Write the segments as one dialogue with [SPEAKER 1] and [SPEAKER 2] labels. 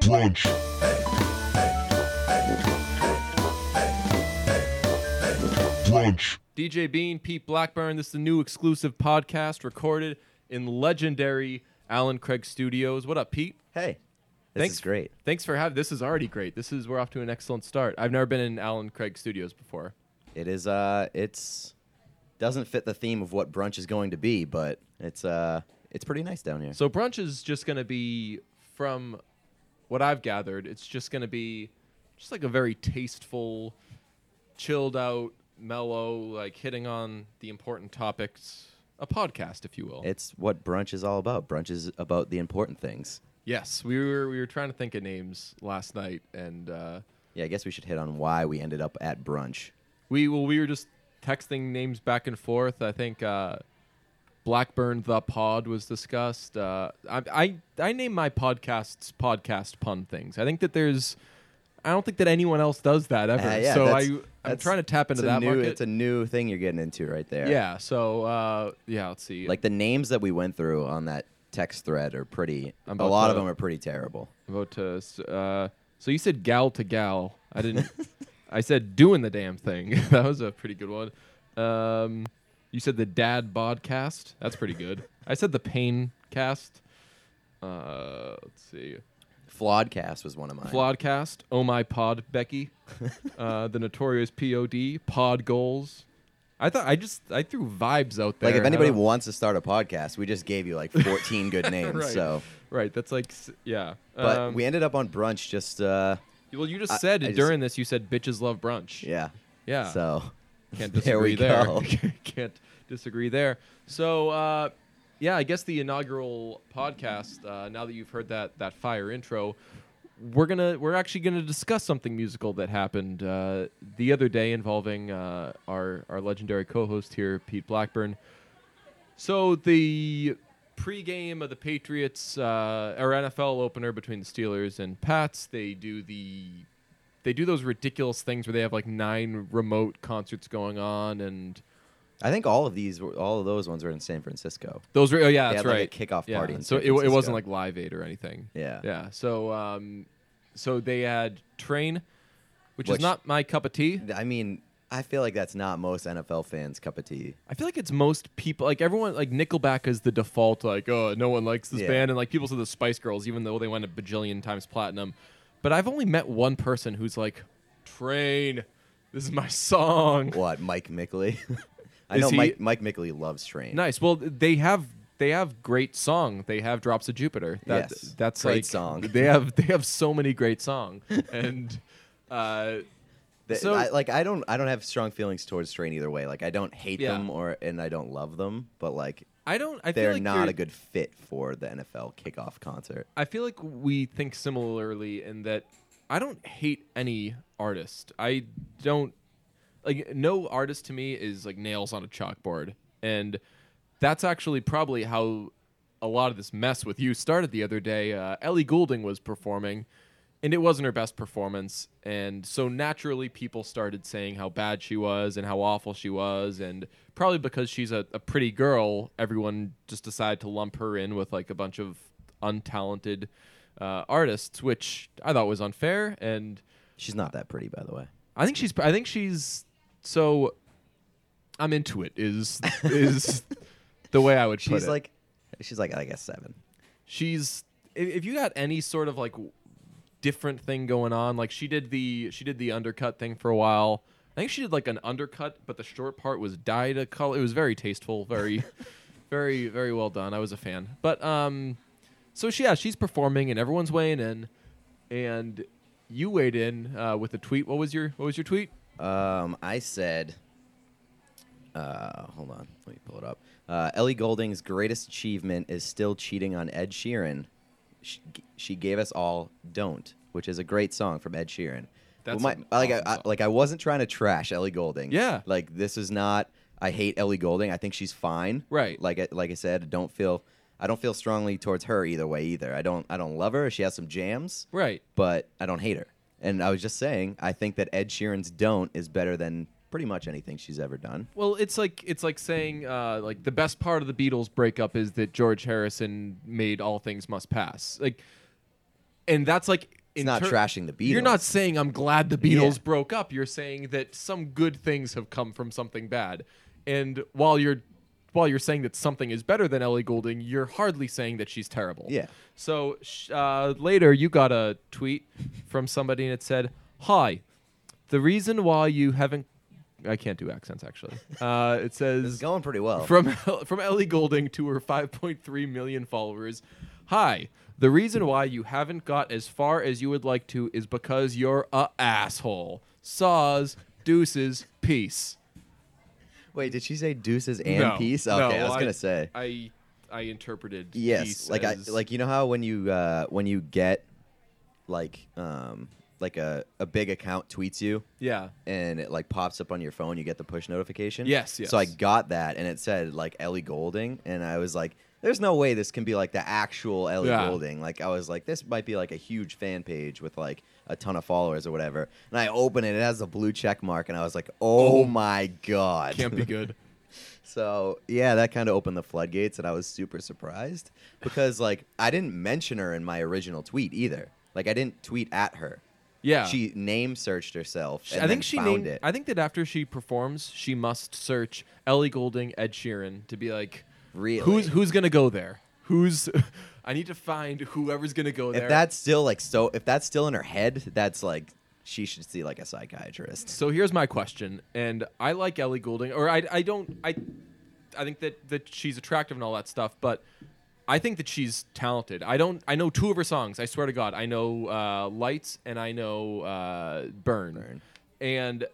[SPEAKER 1] brunch. Brunch.
[SPEAKER 2] DJ Bean, Pete Blackburn. This is the new exclusive podcast recorded in legendary Alan Craig Studios. What up, Pete?
[SPEAKER 3] Hey, this
[SPEAKER 2] Thanks.
[SPEAKER 3] is great.
[SPEAKER 2] Thanks for having. This is already great. This is we're off to an excellent start. I've never been in Alan Craig Studios before.
[SPEAKER 3] It is. Uh, it's doesn't fit the theme of what brunch is going to be, but it's uh, it's pretty nice down here.
[SPEAKER 2] So brunch is just going to be from what I've gathered. It's just going to be just like a very tasteful, chilled out, mellow, like hitting on the important topics. A podcast, if you will.
[SPEAKER 3] it's what brunch is all about. Brunch is about the important things.
[SPEAKER 2] yes, we were we were trying to think of names last night, and uh,
[SPEAKER 3] Yeah, I guess we should hit on why we ended up at brunch.
[SPEAKER 2] we well we were just texting names back and forth. I think uh, Blackburn the Pod was discussed. Uh, I, I I name my podcasts podcast pun things. I think that there's I don't think that anyone else does that ever.
[SPEAKER 3] Uh, yeah,
[SPEAKER 2] so I
[SPEAKER 3] that's-
[SPEAKER 2] I'm
[SPEAKER 3] that's-
[SPEAKER 2] trying to tap
[SPEAKER 3] it's
[SPEAKER 2] into
[SPEAKER 3] a
[SPEAKER 2] that
[SPEAKER 3] new,
[SPEAKER 2] market.
[SPEAKER 3] It's a new thing you're getting into right there.
[SPEAKER 2] yeah. So uh, yeah, let's see.
[SPEAKER 3] like the names that we went through on that text thread are pretty.
[SPEAKER 2] I'm
[SPEAKER 3] a
[SPEAKER 2] about
[SPEAKER 3] lot
[SPEAKER 2] to-
[SPEAKER 3] of them are pretty terrible.
[SPEAKER 2] vote to s- uh, so you said gal to gal. I didn't. I said doing the damn thing. that was a pretty good one. Um, you said the dad podcast. That's pretty good. I said the pain cast. Uh, let's see.
[SPEAKER 3] Flawedcast was one of mine.
[SPEAKER 2] Flodcast. Oh my pod, Becky. Uh, the notorious POD. Pod goals. I thought I just I threw vibes out there.
[SPEAKER 3] Like if
[SPEAKER 2] I
[SPEAKER 3] anybody
[SPEAKER 2] don't-
[SPEAKER 3] wants to start a podcast, we just gave you like 14 good names.
[SPEAKER 2] Right.
[SPEAKER 3] So,
[SPEAKER 2] right, that's like s- yeah.
[SPEAKER 3] but
[SPEAKER 2] Um,
[SPEAKER 3] we ended up on brunch. Just uh,
[SPEAKER 2] well, you
[SPEAKER 3] I-
[SPEAKER 2] just said
[SPEAKER 3] I just-
[SPEAKER 2] during this you said bitches love brunch.
[SPEAKER 3] yeah,
[SPEAKER 2] Yeah.
[SPEAKER 3] So
[SPEAKER 2] Can't
[SPEAKER 3] There
[SPEAKER 2] disagree
[SPEAKER 3] we
[SPEAKER 2] there.
[SPEAKER 3] go.
[SPEAKER 2] Can't disagree there. So, uh, yeah, I guess the inaugural podcast. Uh, now that you've heard that that fire intro, we're gonna we're actually gonna discuss something musical that happened uh, the other day involving uh, our our legendary co-host here, Pete Blackburn. So the pregame of the Patriots uh, or NFL opener between the Steelers and Pats, they do the they do those ridiculous things where they have like nine remote concerts going on, and
[SPEAKER 3] I think all of these, were, all of those ones were in San Francisco.
[SPEAKER 2] those were oh yeah,
[SPEAKER 3] They
[SPEAKER 2] that's
[SPEAKER 3] had, like,
[SPEAKER 2] right,
[SPEAKER 3] a kickoff
[SPEAKER 2] yeah.
[SPEAKER 3] party in
[SPEAKER 2] So
[SPEAKER 3] San
[SPEAKER 2] it, it
[SPEAKER 3] Francisco.
[SPEAKER 2] wasn't like Live Aid or anything.
[SPEAKER 3] Yeah.
[SPEAKER 2] yeah. So um, so they had Train, which,
[SPEAKER 3] Which-
[SPEAKER 2] is not my cup of tea.
[SPEAKER 3] I mean, I feel like that's not most NFL fans' cup of tea.
[SPEAKER 2] I feel like it's most people like everyone like Nickelback is the default like oh no one likes this
[SPEAKER 3] Yeah.
[SPEAKER 2] band and like people say the Spice Girls even though they went a bajillion times platinum, but I've only met one person who's like Train, this is my song.
[SPEAKER 3] What Mike Mickley? I
[SPEAKER 2] Is
[SPEAKER 3] know
[SPEAKER 2] he-
[SPEAKER 3] Mike Mike Mickley loves Train.
[SPEAKER 2] Nice. Well, they have they have great song. They have Drops of Jupiter. That,
[SPEAKER 3] Yes.
[SPEAKER 2] that's
[SPEAKER 3] Great
[SPEAKER 2] like,
[SPEAKER 3] song.
[SPEAKER 2] They have they have so many great song and. Uh,
[SPEAKER 3] Th-
[SPEAKER 2] so-
[SPEAKER 3] I, like I don't I don't have strong feelings towards Train either way. Like I don't hate
[SPEAKER 2] Yeah.
[SPEAKER 3] them or and I don't love them, but like
[SPEAKER 2] I don't. I feel
[SPEAKER 3] they're
[SPEAKER 2] like
[SPEAKER 3] not
[SPEAKER 2] you're-
[SPEAKER 3] a good fit for the NFL kickoff concert.
[SPEAKER 2] I feel like we think similarly in that I don't hate any artist. I don't like no artist to me is like nails on a chalkboard. And that's actually probably how a lot of this mess with you started the other day. Uh, Ellie Goulding was performing and it wasn't her best performance and so naturally people started saying how bad she was and how awful she was and probably because she's a, a pretty girl everyone just decided to lump her in with like a bunch of untalented uh, artists which i thought was unfair and
[SPEAKER 3] She's not that pretty, by the way.
[SPEAKER 2] i think she's i think she's so i'm into it is is the way i would put
[SPEAKER 3] She's
[SPEAKER 2] it
[SPEAKER 3] like, she's like, I guess seven.
[SPEAKER 2] she's i- if you got any sort of like w- different thing going on like she did the she did the undercut thing for a while i think she did like an undercut but the short part was dyed a color it was very tasteful very very very well done i was a fan but um so she, yeah she's performing and everyone's weighing in and you weighed in uh, with a tweet what was your what was your tweet
[SPEAKER 3] Um, I said, uh, hold on, let me pull it up. Uh, Ellie Golding's greatest achievement is still cheating on Ed Sheeran. She, she gave us all "Don't," which is a great song from Ed Sheeran.
[SPEAKER 2] That's
[SPEAKER 3] my,
[SPEAKER 2] an
[SPEAKER 3] like,
[SPEAKER 2] awesome
[SPEAKER 3] I, I,
[SPEAKER 2] song.
[SPEAKER 3] like I wasn't trying to trash Ellie Golding.
[SPEAKER 2] Yeah.
[SPEAKER 3] like this is not. I hate Ellie Golding. I think she's fine.
[SPEAKER 2] Right.
[SPEAKER 3] Like, I, like I said, I don't feel. I don't feel strongly towards her either way either. I don't. I don't love her. She has some jams
[SPEAKER 2] right
[SPEAKER 3] but I don't hate her. And I was just saying, I think that Ed Sheeran's "Don't" is better than pretty much anything she's ever done.
[SPEAKER 2] Well, it's like it's like saying uh, like the best part of the Beatles breakup is that George Harrison made "All Things Must Pass," like, and that's like in
[SPEAKER 3] not
[SPEAKER 2] ter-
[SPEAKER 3] trashing the Beatles.
[SPEAKER 2] You're not saying I'm glad the Beatles
[SPEAKER 3] Yeah.
[SPEAKER 2] broke up. You're saying that some good things have come from something bad. And while you're while you're saying that something is better than Ellie Goulding, you're hardly saying that she's terrible.
[SPEAKER 3] Yeah.
[SPEAKER 2] So sh- uh, later, you got a tweet from somebody and it said, "Hi, the reason why you haven't." I can't do accents actually. Uh, it
[SPEAKER 3] It's
[SPEAKER 2] says
[SPEAKER 3] going pretty well.
[SPEAKER 2] from from Ellie Golding to her 5.3 million followers. Hi, the reason why you haven't got as far as you would like to is because you're a asshole. Saws, deuces, peace.
[SPEAKER 3] Wait, did she say deuces and
[SPEAKER 2] No,
[SPEAKER 3] peace?
[SPEAKER 2] no,
[SPEAKER 3] Okay, I was gonna say
[SPEAKER 2] I I interpreted
[SPEAKER 3] yes.
[SPEAKER 2] peace
[SPEAKER 3] Like
[SPEAKER 2] as-
[SPEAKER 3] I like you know how when you uh, when you get like um like a a big account tweets you
[SPEAKER 2] yeah.
[SPEAKER 3] and it like pops up on your phone, you get the push notification.
[SPEAKER 2] Yes, yes.
[SPEAKER 3] So I got that, and it said like Ellie Golding, and I was like, "There's no way this can be like the actual Ellie
[SPEAKER 2] Yeah.
[SPEAKER 3] Golding." Like I was like, "This might be like a huge fan page with like a ton of followers or whatever." And I open it, it has a blue check mark, and I was like,
[SPEAKER 2] Oh.
[SPEAKER 3] "Oh, my god!"
[SPEAKER 2] Can't be good.
[SPEAKER 3] So yeah, that kind of opened the floodgates, and I was super surprised because like I didn't mention her in my original tweet either. Like I didn't tweet at her.
[SPEAKER 2] Yeah.
[SPEAKER 3] She name searched herself.
[SPEAKER 2] She-
[SPEAKER 3] and
[SPEAKER 2] I
[SPEAKER 3] then
[SPEAKER 2] think she
[SPEAKER 3] found
[SPEAKER 2] named,
[SPEAKER 3] it.
[SPEAKER 2] I think that after she performs, she must search Ellie Golding, Ed Sheeran to be like,
[SPEAKER 3] Really?
[SPEAKER 2] who's who's gonna go there? Who's I need to find whoever's gonna go there.
[SPEAKER 3] if that's still like so, if that's still in her head, that's like she should see like a psychiatrist.
[SPEAKER 2] So here's my question, and I like Ellie Goulding, or I, I don't, I, I think that that she's attractive and all that stuff, but I think that she's talented. I don't, I know two of her songs. I swear to God, I know uh, "Lights" and I know uh, "Burn."
[SPEAKER 3] Burn.
[SPEAKER 2] and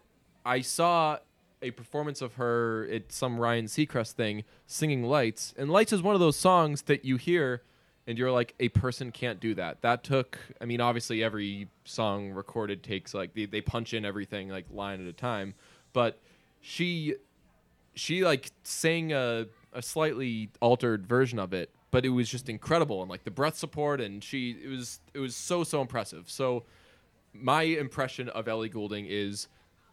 [SPEAKER 2] I saw a performance of her at some Ryan Seacrest thing singing "Lights," and "Lights" is one of those songs that you hear. And you're like, a person can't do that. That took, I mean, obviously every song recorded takes like they, they punch in everything like line at a time, but she she like sang a, a slightly altered version of it but it was just incredible and like the breath support and she it was it was so so impressive so my impression of ellie goulding is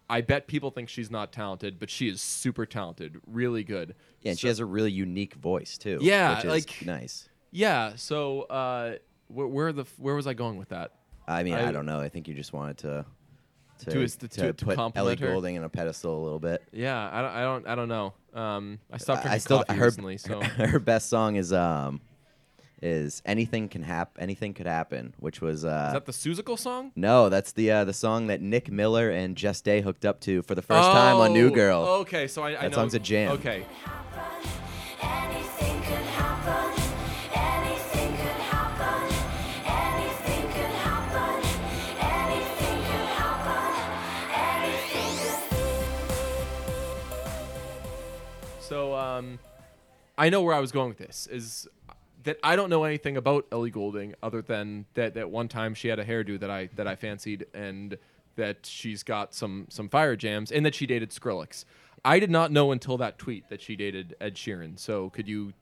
[SPEAKER 2] i bet people think she's not talented but she is super talented really good
[SPEAKER 3] Yeah, and
[SPEAKER 2] So-
[SPEAKER 3] she has a really unique voice too.
[SPEAKER 2] Yeah,
[SPEAKER 3] which is
[SPEAKER 2] like-
[SPEAKER 3] nice.
[SPEAKER 2] yeah so uh where, where the f- where was i going with that
[SPEAKER 3] I mean, I,
[SPEAKER 2] I-
[SPEAKER 3] don't know. I think you just wanted to to
[SPEAKER 2] To is- to- to
[SPEAKER 3] put Ellie
[SPEAKER 2] compliment her.
[SPEAKER 3] Golding in a pedestal a little bit.
[SPEAKER 2] yeah i don't i don't, I don't know um i stopped drinking
[SPEAKER 3] I still
[SPEAKER 2] coffee
[SPEAKER 3] her,
[SPEAKER 2] recently so
[SPEAKER 3] her best song is um is anything can happen anything could happen, which was uh
[SPEAKER 2] is that the Suzical song
[SPEAKER 3] no, that's the uh, the song that Nick Miller and Jess Day hooked up to for the first time on New
[SPEAKER 2] Oh,
[SPEAKER 3] Girl.
[SPEAKER 2] okay so i, I
[SPEAKER 3] That
[SPEAKER 2] know
[SPEAKER 3] song's a jam.
[SPEAKER 2] okay
[SPEAKER 4] Anything could happen. Anything could happen. Anything could happen. Anything could happen. Anything could
[SPEAKER 2] So um, I know where I was going with this is that I don't know anything about Ellie Goulding other than that that one time she had a hairdo that I that I fancied and that she's got some some fire jams and that she dated Skrillex. I did not know until that tweet that she dated Ed Sheeran. So could you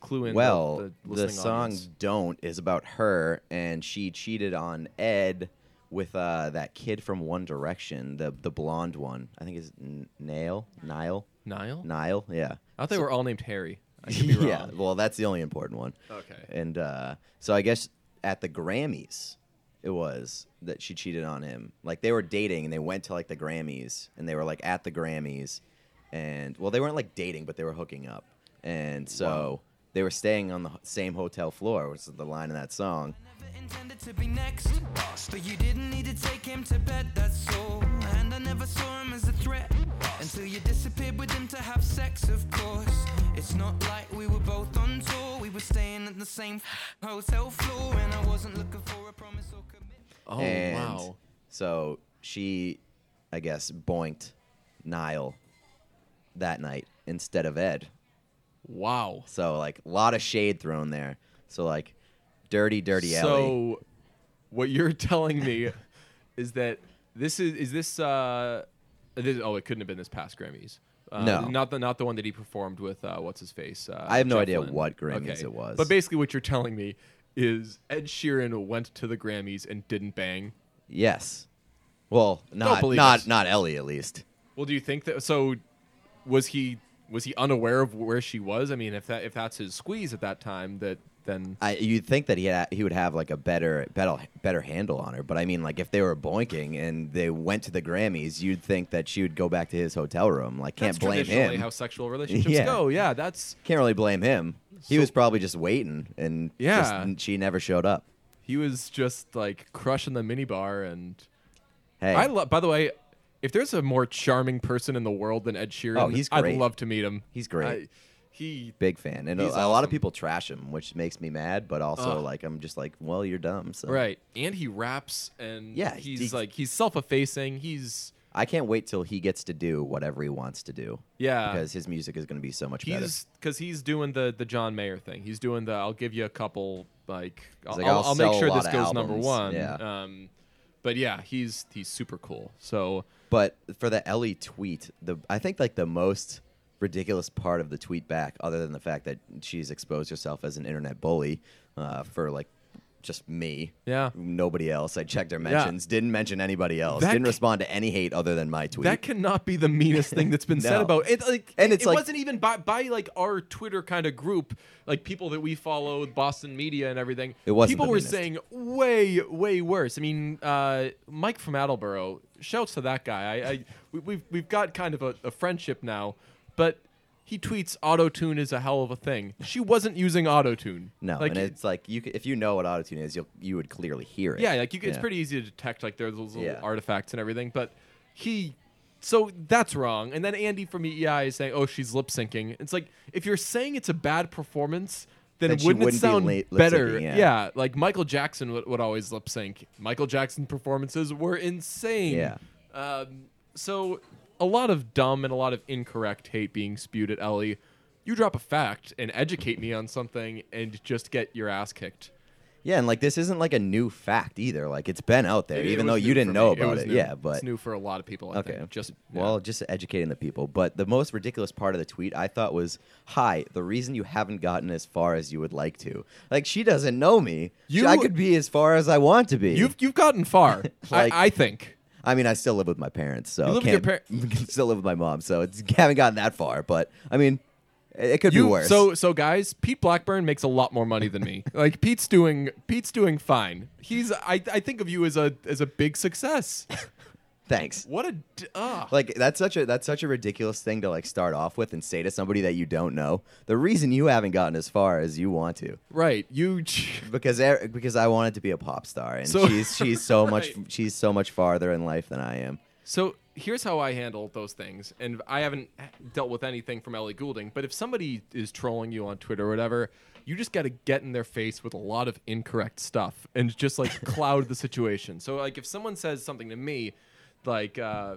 [SPEAKER 2] clue in? the-
[SPEAKER 3] Well,
[SPEAKER 2] the,
[SPEAKER 3] the,
[SPEAKER 2] listening
[SPEAKER 3] song
[SPEAKER 2] audience?
[SPEAKER 3] "Don't" is about her, and she cheated on Ed with uh, that kid from One Direction, the the blonde one. I think is N- Nail, Nile,
[SPEAKER 2] Nile.
[SPEAKER 3] Nile. Yeah.
[SPEAKER 2] I thought they were all named Harry. I could be wrong.
[SPEAKER 3] yeah. Well, that's the only important one.
[SPEAKER 2] Okay.
[SPEAKER 3] And uh, so I guess at the Grammys, it was that she cheated on him. Like they were dating, and they went to like the Grammys, and they were like at the Grammys, and well, they weren't like dating, but they were hooking up, and so. They were staying on the h- same hotel floor, which is the line in that song.
[SPEAKER 5] Never intended to be next, but you didn't need to take him to bed, that's all. And I never saw him as a threat until you disappeared with him to have sex, of course. It's not like we were both on tour, we were staying at the same hotel floor, and I wasn't looking for a promise or commitment.
[SPEAKER 2] Oh
[SPEAKER 3] and
[SPEAKER 2] wow.
[SPEAKER 3] So she, I guess, boinked Niall that night instead of Ed.
[SPEAKER 2] Wow.
[SPEAKER 3] So like a lot of shade thrown there. So like dirty, dirty Ellie.
[SPEAKER 2] So, what you're telling me is that this is is this uh this oh it couldn't have been this past Grammys. Uh,
[SPEAKER 3] No.
[SPEAKER 2] not the not the one that he performed with uh, what's his face. Uh,
[SPEAKER 3] I have no
[SPEAKER 2] Jeff
[SPEAKER 3] idea
[SPEAKER 2] Lynne.
[SPEAKER 3] what Grammys it was.
[SPEAKER 2] But basically, what you're telling me is Ed Sheeran went to the Grammys and didn't bang.
[SPEAKER 3] Yes. Well, not
[SPEAKER 2] believe
[SPEAKER 3] not
[SPEAKER 2] it.
[SPEAKER 3] not Ellie at least.
[SPEAKER 2] Well, do you think that? So, was he was he unaware of where she was? I mean, if that if that's his squeeze at that time, that then
[SPEAKER 3] I, you'd think that he had, he would have like a better better better handle on her, but I mean, like if they were boinking and they went to the Grammys, you'd think that she would go back to his hotel room. Like, can't
[SPEAKER 2] that's
[SPEAKER 3] blame
[SPEAKER 2] traditionally
[SPEAKER 3] him.
[SPEAKER 2] How sexual relationships
[SPEAKER 3] Yeah.
[SPEAKER 2] go? Yeah, that's
[SPEAKER 3] Can't really blame him. He
[SPEAKER 2] So-
[SPEAKER 3] was probably just waiting, and
[SPEAKER 2] Yeah.
[SPEAKER 3] just, she never showed up.
[SPEAKER 2] he was just like crushing the minibar, and
[SPEAKER 3] Hey,
[SPEAKER 2] I love. By the way, if there's a more charming person in the world than Ed Sheeran,
[SPEAKER 3] Oh, he's
[SPEAKER 2] I'd
[SPEAKER 3] great.
[SPEAKER 2] love to meet him.
[SPEAKER 3] He's great.
[SPEAKER 2] I- he
[SPEAKER 3] big fan, and a,
[SPEAKER 2] He's
[SPEAKER 3] a lot of
[SPEAKER 2] awesome.
[SPEAKER 3] people trash him, which makes me mad. But also,
[SPEAKER 2] Ugh.
[SPEAKER 3] like, I'm just like, well, you're dumb. So
[SPEAKER 2] right, and he raps, and
[SPEAKER 3] Yeah,
[SPEAKER 2] he's
[SPEAKER 3] he's-
[SPEAKER 2] like he's self-effacing. He's
[SPEAKER 3] I can't wait till he gets to do whatever he wants to do.
[SPEAKER 2] Yeah.
[SPEAKER 3] because his music is going to be so much better.
[SPEAKER 2] he's because he's doing the the John Mayer thing. He's doing the I'll give you a couple like I'll,
[SPEAKER 3] like,
[SPEAKER 2] I'll,
[SPEAKER 3] "I'll
[SPEAKER 2] I'll
[SPEAKER 3] sell
[SPEAKER 2] make
[SPEAKER 3] a
[SPEAKER 2] sure
[SPEAKER 3] lot
[SPEAKER 2] this
[SPEAKER 3] of
[SPEAKER 2] goes number
[SPEAKER 3] albums."
[SPEAKER 2] one.
[SPEAKER 3] Yeah.
[SPEAKER 2] Um, but yeah, he's he's super cool. So
[SPEAKER 3] But for the Ellie tweet, the I think like the most ridiculous part of the tweet back, other than the fact that she's exposed herself as an internet bully uh, for like just me.
[SPEAKER 2] Yeah.
[SPEAKER 3] Nobody else. I checked her mentions. Didn't mention anybody else.
[SPEAKER 2] That
[SPEAKER 3] didn't
[SPEAKER 2] c-
[SPEAKER 3] respond to any hate other than my tweet.
[SPEAKER 2] that cannot be the meanest thing that's been said
[SPEAKER 3] No.
[SPEAKER 2] about it. Like,
[SPEAKER 3] And
[SPEAKER 2] and
[SPEAKER 3] it's
[SPEAKER 2] it
[SPEAKER 3] like-
[SPEAKER 2] wasn't even by, by like our Twitter kind of group, like people that we follow, Boston media and everything.
[SPEAKER 3] It wasn't
[SPEAKER 2] people
[SPEAKER 3] the
[SPEAKER 2] were
[SPEAKER 3] meanest.
[SPEAKER 2] saying way way worse. I mean, uh, Mike from Attleboro, shouts to that guy. I, I we, we've we've got kind of a, a friendship now, but. He tweets auto tune is a hell of a thing. She wasn't using auto tune.
[SPEAKER 3] no,
[SPEAKER 2] like,
[SPEAKER 3] and it's like you c- if you know what autotune is, you'll you would clearly hear it.
[SPEAKER 2] yeah, like you, it's
[SPEAKER 3] Yeah.
[SPEAKER 2] pretty easy to detect like there's those little
[SPEAKER 3] Yeah.
[SPEAKER 2] artifacts and everything. But he, so that's wrong. And then Andy from EEI is saying, "Oh, she's lip syncing." It's like if you're saying it's a bad performance, then,
[SPEAKER 3] Then she
[SPEAKER 2] wouldn't it
[SPEAKER 3] wouldn't be
[SPEAKER 2] sound
[SPEAKER 3] la- lip
[SPEAKER 2] better?
[SPEAKER 3] syncing, yeah.
[SPEAKER 2] like Michael Jackson would, would always lip sync. Michael Jackson performances were insane.
[SPEAKER 3] Yeah.
[SPEAKER 2] Um, so a lot of dumb and a lot of incorrect hate being spewed at Ellie. You drop a fact and educate me on something and just get your ass kicked.
[SPEAKER 3] Yeah, and like this isn't like a new fact either. Like it's been out there,
[SPEAKER 2] It- it
[SPEAKER 3] even
[SPEAKER 2] was
[SPEAKER 3] though
[SPEAKER 2] new
[SPEAKER 3] you didn't
[SPEAKER 2] for
[SPEAKER 3] know
[SPEAKER 2] me.
[SPEAKER 3] about
[SPEAKER 2] was
[SPEAKER 3] it.
[SPEAKER 2] new.
[SPEAKER 3] Yeah, but
[SPEAKER 2] it's new for a lot of people. I
[SPEAKER 3] Okay.
[SPEAKER 2] think. Just yeah.
[SPEAKER 3] well, just educating the people. But the most ridiculous part of the tweet I thought was, "Hi, the reason you haven't gotten as far as you would like to. Like she doesn't know me. You,
[SPEAKER 2] You-
[SPEAKER 3] I could be as far as I want to be.
[SPEAKER 2] you've you've gotten far.
[SPEAKER 3] Like-
[SPEAKER 2] I, I think.
[SPEAKER 3] I mean, I still live with my parents, so
[SPEAKER 2] You live with your
[SPEAKER 3] can't, still live with my mom, so it's haven't gotten that far. But I mean, it, it could
[SPEAKER 2] You
[SPEAKER 3] be worse.
[SPEAKER 2] so so guys, Pete Blackburn makes a lot more money than me. like Pete's doing Pete's doing fine. He's I I think of you as a as a big success.
[SPEAKER 3] thanks.
[SPEAKER 2] What a d- ah. ugh.
[SPEAKER 3] Like that's such a that's such a ridiculous thing to like start off with and say to somebody that you don't know. The reason you haven't gotten as far as you want to.
[SPEAKER 2] right. You ch-
[SPEAKER 3] because er- because I wanted to be a pop star, and
[SPEAKER 2] So-
[SPEAKER 3] she's she's so much
[SPEAKER 2] Right.
[SPEAKER 3] she's so much farther in life than I am.
[SPEAKER 2] So here's how I handle those things, and I haven't dealt with anything from Ellie Goulding. But if somebody is trolling you on Twitter or whatever, you just got to get in their face with a lot of incorrect stuff and just like cloud the situation. So like if someone says something to me, like. Uh,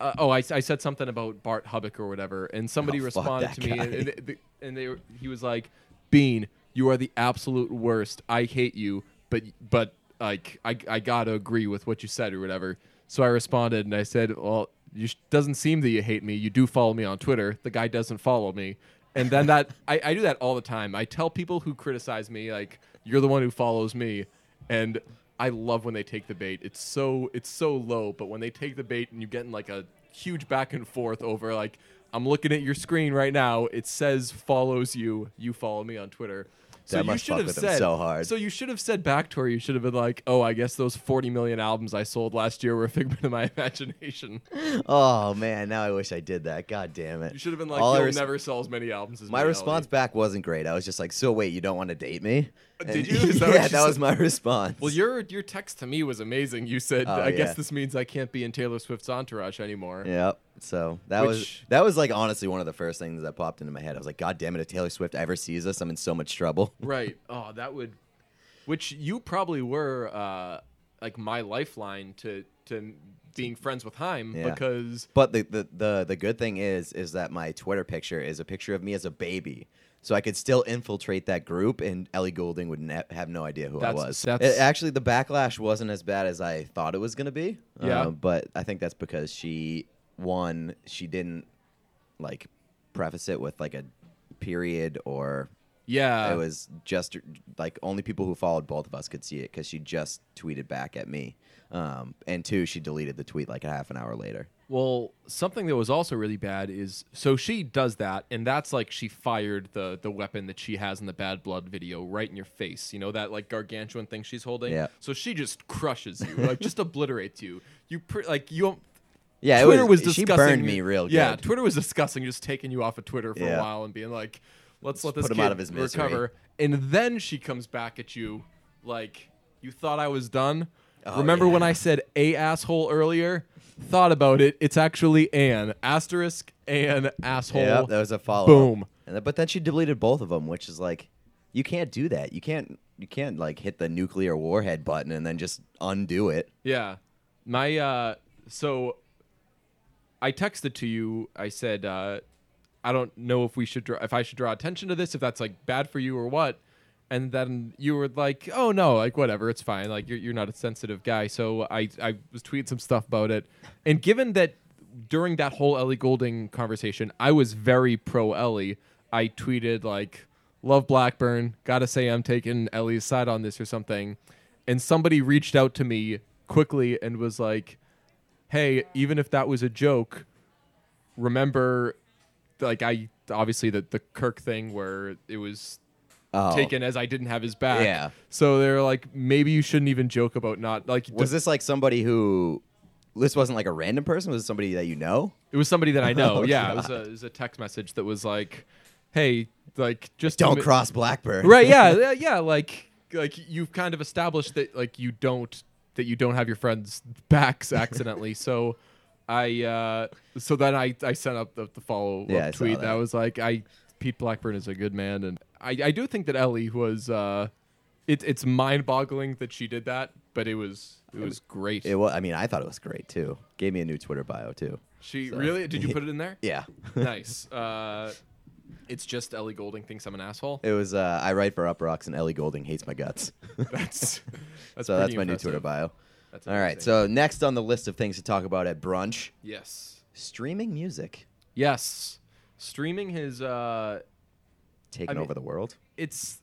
[SPEAKER 2] uh, oh, I, s- I said something about Bart Hubbock or whatever, and somebody
[SPEAKER 3] Oh, fuck
[SPEAKER 2] responded
[SPEAKER 3] that
[SPEAKER 2] to me, and,
[SPEAKER 3] guy.
[SPEAKER 2] and, they- and they were- he was like, "Bean, you are the absolute worst. I hate you, but but like I I gotta agree with what you said or whatever." So I responded and I said, "Well, you sh- doesn't seem that you hate me. You do follow me on Twitter. The guy doesn't follow me." And then that I, I do that all the time. I tell people who criticize me like, "You're the one who follows me," and I love when they take the bait. It's so it's so low, but when they take the bait and you get in like a huge back and forth over like I'm looking at your screen right now. It says follows you. You follow me on Twitter. So
[SPEAKER 3] That
[SPEAKER 2] you
[SPEAKER 3] must
[SPEAKER 2] should
[SPEAKER 3] fuck
[SPEAKER 2] have
[SPEAKER 3] with them
[SPEAKER 2] said
[SPEAKER 3] so hard.
[SPEAKER 2] So you should have said back to her. You should have been like, "Oh, I guess those 40 million albums I sold last year were a figment of my imagination."
[SPEAKER 3] Oh man, now I wish I did that. God damn it!
[SPEAKER 2] You should have been like,
[SPEAKER 3] All I
[SPEAKER 2] "You'll
[SPEAKER 3] res-
[SPEAKER 2] never sell as many albums as
[SPEAKER 3] My
[SPEAKER 2] me, Ellie."
[SPEAKER 3] response back wasn't great. I was just like, "So wait, you don't want to date me?"
[SPEAKER 2] Uh, did you? Is that what
[SPEAKER 3] yeah,
[SPEAKER 2] you
[SPEAKER 3] that was
[SPEAKER 2] said?
[SPEAKER 3] my response.
[SPEAKER 2] Well, your your text to me was amazing. You said,
[SPEAKER 3] Oh,
[SPEAKER 2] "I
[SPEAKER 3] yeah.
[SPEAKER 2] guess this means I can't be in Taylor Swift's entourage anymore."
[SPEAKER 3] Yep. So that was
[SPEAKER 2] Which-
[SPEAKER 3] that was like honestly one of the first things that popped into my head. I was like, "God damn it! If Taylor Swift ever sees us, I'm in so much trouble."
[SPEAKER 2] Right. Oh, that would. Which you probably were uh, like my lifeline to to being friends with Heim
[SPEAKER 3] Yeah.
[SPEAKER 2] because
[SPEAKER 3] But the, the the the good thing is is that my Twitter picture is a picture of me as a baby. So I could still infiltrate that group, and Ellie Goulding would ne- have no idea who I
[SPEAKER 2] That's-
[SPEAKER 3] was.
[SPEAKER 2] that's-
[SPEAKER 3] It- actually, the backlash wasn't as bad as I thought it was going to be. uh,
[SPEAKER 2] Yeah.
[SPEAKER 3] but I think that's because she, one, she didn't like preface it with like a period, or
[SPEAKER 2] yeah,
[SPEAKER 3] it was just like only people who followed both of us could see it because she just tweeted back at me. Um, and two, she deleted the tweet like a half an hour later.
[SPEAKER 2] Well, something that was also really bad is so she does that, and that's like she fired the the weapon that she has in the Bad Blood video right in your face. You know that like gargantuan thing she's holding.
[SPEAKER 3] Yeah.
[SPEAKER 2] So she just crushes you, like just obliterates you. You pre- like you don't.
[SPEAKER 3] Yeah, it
[SPEAKER 2] Twitter was,
[SPEAKER 3] was, she
[SPEAKER 2] discussing.
[SPEAKER 3] burned me real good.
[SPEAKER 2] Yeah, Twitter was discussing just taking you off of Twitter for
[SPEAKER 3] Yeah.
[SPEAKER 2] a while and being like, "Let's let this
[SPEAKER 3] Let's put him
[SPEAKER 2] kid
[SPEAKER 3] out of his misery.
[SPEAKER 2] recover." And then she comes back at you like, "You thought I was done?
[SPEAKER 3] Oh,
[SPEAKER 2] Remember when
[SPEAKER 3] yeah.
[SPEAKER 2] I said a asshole earlier? Thought about it. It's actually an asterisk an asshole.
[SPEAKER 3] Yeah, that was a follow.
[SPEAKER 2] Boom.
[SPEAKER 3] And then, but then she deleted both of them, which is like, you can't do that. You can't. You can't like hit the nuclear warhead button and then just undo it.
[SPEAKER 2] Yeah. My uh so I texted to you. I said uh I don't know if we should draw if I should draw attention to this if that's like bad for you or what. And then you were like, "Oh no, like whatever, it's fine. Like you're you're not a sensitive guy." So I I was tweeting some stuff about it. And given that during that whole Ellie Goulding conversation, I was very pro Ellie. I tweeted like, "Love Blackburn. Got to say I'm taking Ellie's side on this or something." and somebody reached out to me quickly and was like, "Hey, even if that was a joke, remember, like I obviously the the Kirk thing where it was
[SPEAKER 3] Oh.
[SPEAKER 2] taken as I didn't have his back.
[SPEAKER 3] Yeah.
[SPEAKER 2] So they're like, maybe you shouldn't even joke about not like.
[SPEAKER 3] Was
[SPEAKER 2] does-
[SPEAKER 3] this like somebody who? This wasn't like a random person. Was it somebody that you know?
[SPEAKER 2] It was somebody that I know.
[SPEAKER 3] Oh,
[SPEAKER 2] yeah, it was, a, it was a text message that was like, "Hey, like just
[SPEAKER 3] Don't
[SPEAKER 2] admit-
[SPEAKER 3] cross Blackbird.
[SPEAKER 2] right yeah yeah, yeah like like you've kind of established that like you don't that you don't have your friends backs accidentally so i uh so then i i sent up the, the follow-up
[SPEAKER 3] Yeah, I saw
[SPEAKER 2] tweet that.
[SPEAKER 3] that.
[SPEAKER 2] was like i pete blackburn is a good man and i i do think that ellie was uh it, it's mind-boggling that she did that but it was it was great
[SPEAKER 3] It was. I mean, I thought it was great too. Gave me a new Twitter bio too.
[SPEAKER 2] she really did you put it in there
[SPEAKER 3] Yeah.
[SPEAKER 2] nice uh it's just ellie golding thinks i'm an asshole
[SPEAKER 3] It was. Uh, I write for Up Rocks and Ellie Golding hates my guts.
[SPEAKER 2] that's that's
[SPEAKER 3] so that's
[SPEAKER 2] pretty
[SPEAKER 3] my
[SPEAKER 2] impressive.
[SPEAKER 3] new Twitter bio.
[SPEAKER 2] That's
[SPEAKER 3] All right.
[SPEAKER 2] amazing.
[SPEAKER 3] So next on the list of things to talk about at brunch,
[SPEAKER 2] yes
[SPEAKER 3] streaming music
[SPEAKER 2] Yes. Streaming his uh
[SPEAKER 3] taking
[SPEAKER 2] I mean-
[SPEAKER 3] over the world.
[SPEAKER 2] it's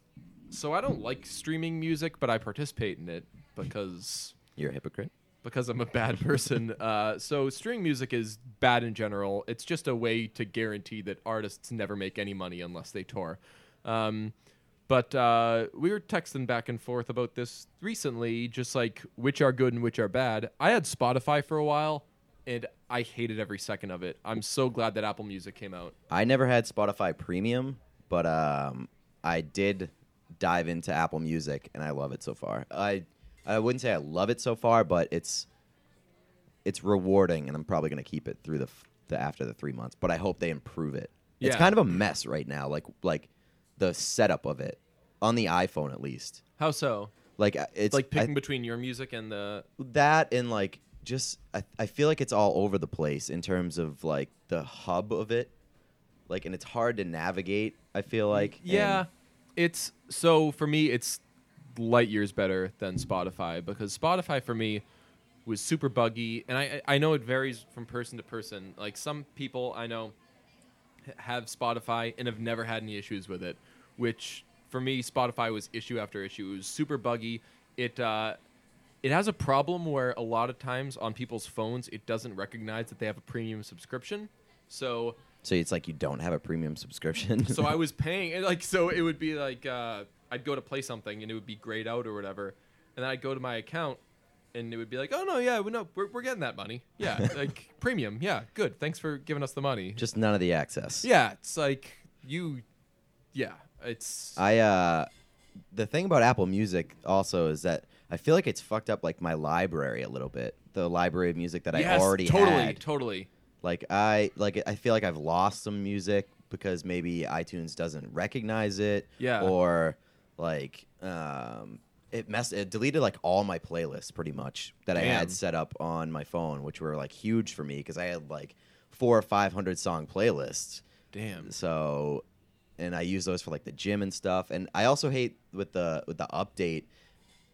[SPEAKER 2] so I don't like streaming music, but I participate in it because
[SPEAKER 3] You're a hypocrite.
[SPEAKER 2] because I'm a bad person. uh so streaming music is bad in general. It's just a way to guarantee that artists never make any money unless they tour. Um but uh, we were texting back and forth about this recently, just like which are good and which are bad. I had Spotify for a while, and I hated every second of it. I'm so glad that Apple Music came out.
[SPEAKER 3] I never had Spotify Premium, but um, I did dive into Apple Music, and I love it so far. I I wouldn't say I love it so far, but it's it's rewarding, and I'm probably gonna keep it through the, f- the after the three months. But I hope they improve it. It's
[SPEAKER 2] Yeah.
[SPEAKER 3] kind of a mess right now, like like the setup of it on the iPhone at least.
[SPEAKER 2] How so?
[SPEAKER 3] Like I- it's
[SPEAKER 2] like
[SPEAKER 3] I-
[SPEAKER 2] picking between your music and the
[SPEAKER 3] that and like just I, I feel like it's all over the place in terms of like the hub of it like and it's hard to navigate i feel like and-
[SPEAKER 2] Mm, yeah it's so for me it's light years better than spotify because spotify for me was super buggy and i i I know it varies from person to person like some people i know h- have spotify and have never had any issues with it which for me spotify was issue after issue it was super buggy it uh it has a problem where a lot of times on people's phones it doesn't recognize that they have a premium subscription so
[SPEAKER 3] so it's like you don't have a premium subscription
[SPEAKER 2] so I was paying and, like so it would be like uh, I'd go to play something and it would be grayed out or whatever, and then I'd go to my account and it would be like, oh no, yeah, we- no, we're we're getting that money, yeah, like premium, yeah, good, thanks for giving us the money,
[SPEAKER 3] just none of the access
[SPEAKER 2] yeah, it's like you, yeah, it's
[SPEAKER 3] I uh the thing about Apple Music also is that I feel like it's fucked up like my library a little bit. The library of music that
[SPEAKER 2] Yes,
[SPEAKER 3] I already
[SPEAKER 2] totally
[SPEAKER 3] had.
[SPEAKER 2] totally
[SPEAKER 3] Like I like I feel like I've lost some music because maybe iTunes doesn't recognize it.
[SPEAKER 2] Yeah.
[SPEAKER 3] Or like um it messed it deleted like all my playlists pretty much that I
[SPEAKER 2] Damn.
[SPEAKER 3] had set up on my phone, which were like huge for me because I had like four or five hundred song playlists.
[SPEAKER 2] damn
[SPEAKER 3] So, and I use those for like the gym and stuff. And I also hate with the with the update.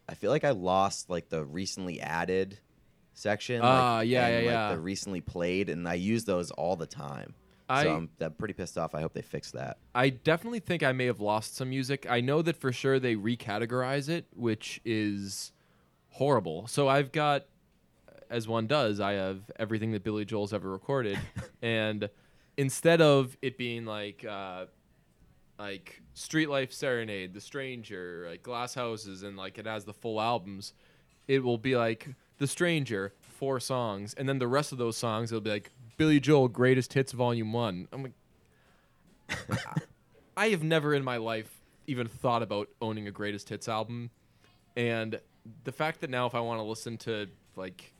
[SPEAKER 3] I feel like I lost like the recently added section.
[SPEAKER 2] Ah,
[SPEAKER 3] like,
[SPEAKER 2] yeah,
[SPEAKER 3] and,
[SPEAKER 2] yeah,
[SPEAKER 3] like,
[SPEAKER 2] yeah.
[SPEAKER 3] The recently played, and I use those all the time.
[SPEAKER 2] I-
[SPEAKER 3] so I'm, I'm pretty pissed off. I hope they fix that.
[SPEAKER 2] I definitely think I may have lost some music. I know that for sure they recategorize it, which is horrible. So I've got as one does, I have everything that Billy Joel's ever recorded, and instead of it being like uh, like Street Life Serenade, The Stranger, like Glass Houses, and like it has the full albums, it will be like The Stranger, four songs, and then the rest of those songs it'll be like Billy Joel Greatest Hits Volume One. I'm like, I have never in my life even thought about owning a greatest hits album. And the fact that now if I want to listen to like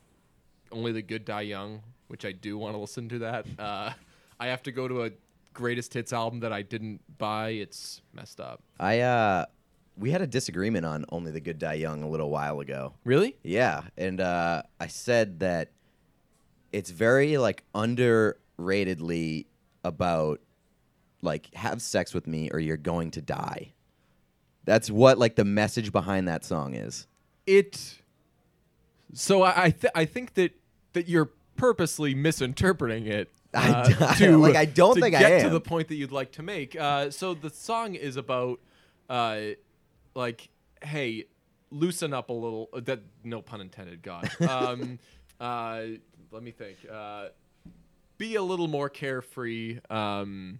[SPEAKER 2] only the good die young, which I do want to listen to that, uh, I have to go to a greatest hits album that I didn't buy. It's messed up.
[SPEAKER 3] I uh, we had a disagreement on only the good die young a little while ago.
[SPEAKER 2] Really?
[SPEAKER 3] Yeah, and uh, I said that it's very like underratedly about like have sex with me or you're going to die. That's what like the message behind that song is.
[SPEAKER 2] It. So I I, th- I think that that you're purposely misinterpreting it.
[SPEAKER 3] I
[SPEAKER 2] uh,
[SPEAKER 3] don't- like, I don't
[SPEAKER 2] to
[SPEAKER 3] think I
[SPEAKER 2] get to
[SPEAKER 3] am.
[SPEAKER 2] the point that you'd like to make. Uh, so the song is about, uh, like, hey, loosen up a little. uh, That no pun intended. God. Um, uh, let me think. Uh, be a little more carefree. Um,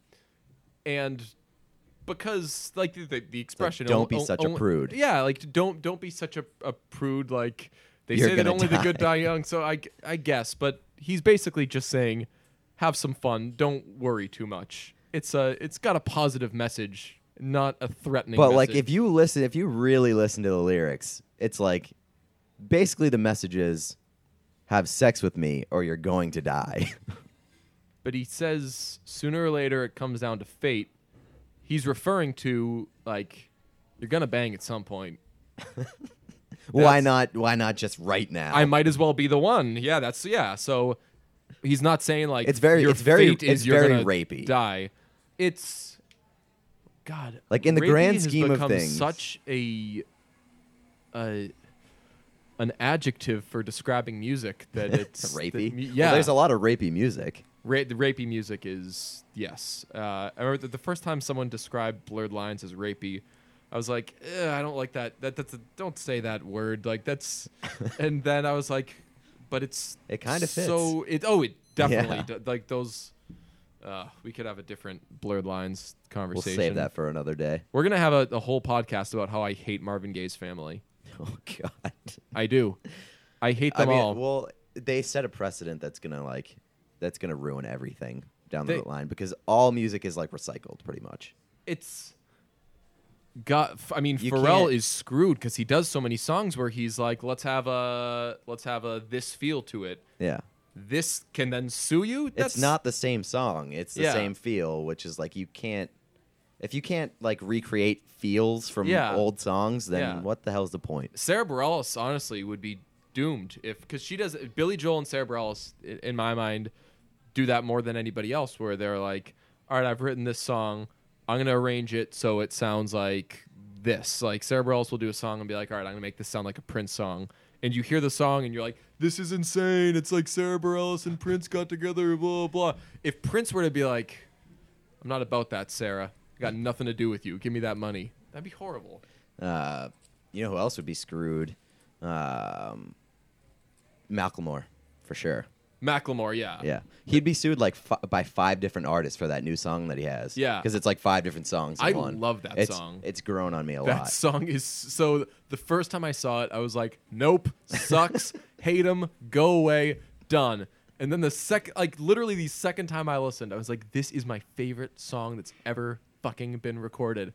[SPEAKER 2] and because like the, the, the expression
[SPEAKER 3] don't
[SPEAKER 2] on-
[SPEAKER 3] be
[SPEAKER 2] on-
[SPEAKER 3] such a
[SPEAKER 2] on-
[SPEAKER 3] prude.
[SPEAKER 2] yeah like don't don't be such a, a prude like they
[SPEAKER 3] You're
[SPEAKER 2] say that
[SPEAKER 3] gonna
[SPEAKER 2] only the good
[SPEAKER 3] die.
[SPEAKER 2] die young so I, g- I guess but he's basically just saying have some fun don't worry too much it's a it's got a positive message not a threatening
[SPEAKER 3] But like if you listen if you really listen to the lyrics, it's like basically the message is have sex with me or you're going to die.
[SPEAKER 2] but he says sooner or later it comes down to fate he's referring to like you're gonna bang at some point
[SPEAKER 3] why
[SPEAKER 2] That's-
[SPEAKER 3] not why not just right now?
[SPEAKER 2] I might as well be the one. Yeah, that's yeah. So he's not saying like
[SPEAKER 3] It's very-
[SPEAKER 2] your
[SPEAKER 3] it's very-
[SPEAKER 2] fate is
[SPEAKER 3] it's
[SPEAKER 2] you're
[SPEAKER 3] very
[SPEAKER 2] gonna
[SPEAKER 3] rapey.
[SPEAKER 2] Die. It's God.
[SPEAKER 3] Like, in the
[SPEAKER 2] rapey
[SPEAKER 3] grand
[SPEAKER 2] has
[SPEAKER 3] scheme of
[SPEAKER 2] become
[SPEAKER 3] things.
[SPEAKER 2] such a, a an adjective for describing music that it's that
[SPEAKER 3] rapey.
[SPEAKER 2] mu-
[SPEAKER 3] Well,
[SPEAKER 2] yeah,
[SPEAKER 3] there's a lot of rapey music.
[SPEAKER 2] Ra- the rapey music is yes. Uh, I remember the, the first time someone described Blurred Lines as rapey, I was like, "Ugh, I don't like that. That that's a, don't say that word. Like that's, and then I was like, but it's
[SPEAKER 3] It kinda fits.
[SPEAKER 2] So it oh it definitely
[SPEAKER 3] Yeah.
[SPEAKER 2] d- like those. Uh, we could have a different Blurred Lines
[SPEAKER 3] We'll
[SPEAKER 2] conversation.
[SPEAKER 3] save that for another day.
[SPEAKER 2] We're gonna have a, a whole podcast about how I hate Marvin Gaye's family.
[SPEAKER 3] Oh God.
[SPEAKER 2] I do. I hate
[SPEAKER 3] I
[SPEAKER 2] them
[SPEAKER 3] mean,
[SPEAKER 2] all.
[SPEAKER 3] well, they set a precedent that's gonna like that's gonna ruin everything down the
[SPEAKER 2] They-
[SPEAKER 3] line because all music is like recycled pretty much.
[SPEAKER 2] it's got f- i mean
[SPEAKER 3] You
[SPEAKER 2] pharrell
[SPEAKER 3] can't-
[SPEAKER 2] is screwed because he does so many songs where he's like let's have a let's have a this feel to it
[SPEAKER 3] Yeah.
[SPEAKER 2] this can then sue you that's
[SPEAKER 3] it's not the same song. It's the
[SPEAKER 2] Yeah.
[SPEAKER 3] same feel, which is like you can't if you can't like recreate feels from
[SPEAKER 2] Yeah.
[SPEAKER 3] old songs, then
[SPEAKER 2] Yeah.
[SPEAKER 3] what the hell's the point?
[SPEAKER 2] sarah bareilles honestly would be doomed if because she does billy joel and sarah bareilles i- in my mind do that more than anybody else where they're like all right i've written this song i'm going to arrange it so it sounds like this like sarah bareilles will do a song and be like all right i'm going to make this sound like a prince song and you hear the song and you're like this is insane it's like sarah bareilles and prince got together blah blah if prince were to be like i'm not about that sarah I got nothing to do with you give me that money that'd be horrible
[SPEAKER 3] Uh, you know who else would be screwed? Um, Macklemore, for sure.
[SPEAKER 2] macklemore yeah
[SPEAKER 3] Yeah, he'd be sued like fi- by five different artists for that new song that he has.
[SPEAKER 2] Yeah.
[SPEAKER 3] because it's like five different songs. in
[SPEAKER 2] I
[SPEAKER 3] one.
[SPEAKER 2] love that
[SPEAKER 3] It's-
[SPEAKER 2] song.
[SPEAKER 3] It's grown on me a
[SPEAKER 2] That
[SPEAKER 3] lot.
[SPEAKER 2] song is so. The first time I saw it, I was like, "Nope, sucks, hate him, go away, done." And then the second, like literally the second time I listened, I was like, "This is my favorite song that's ever fucking been recorded."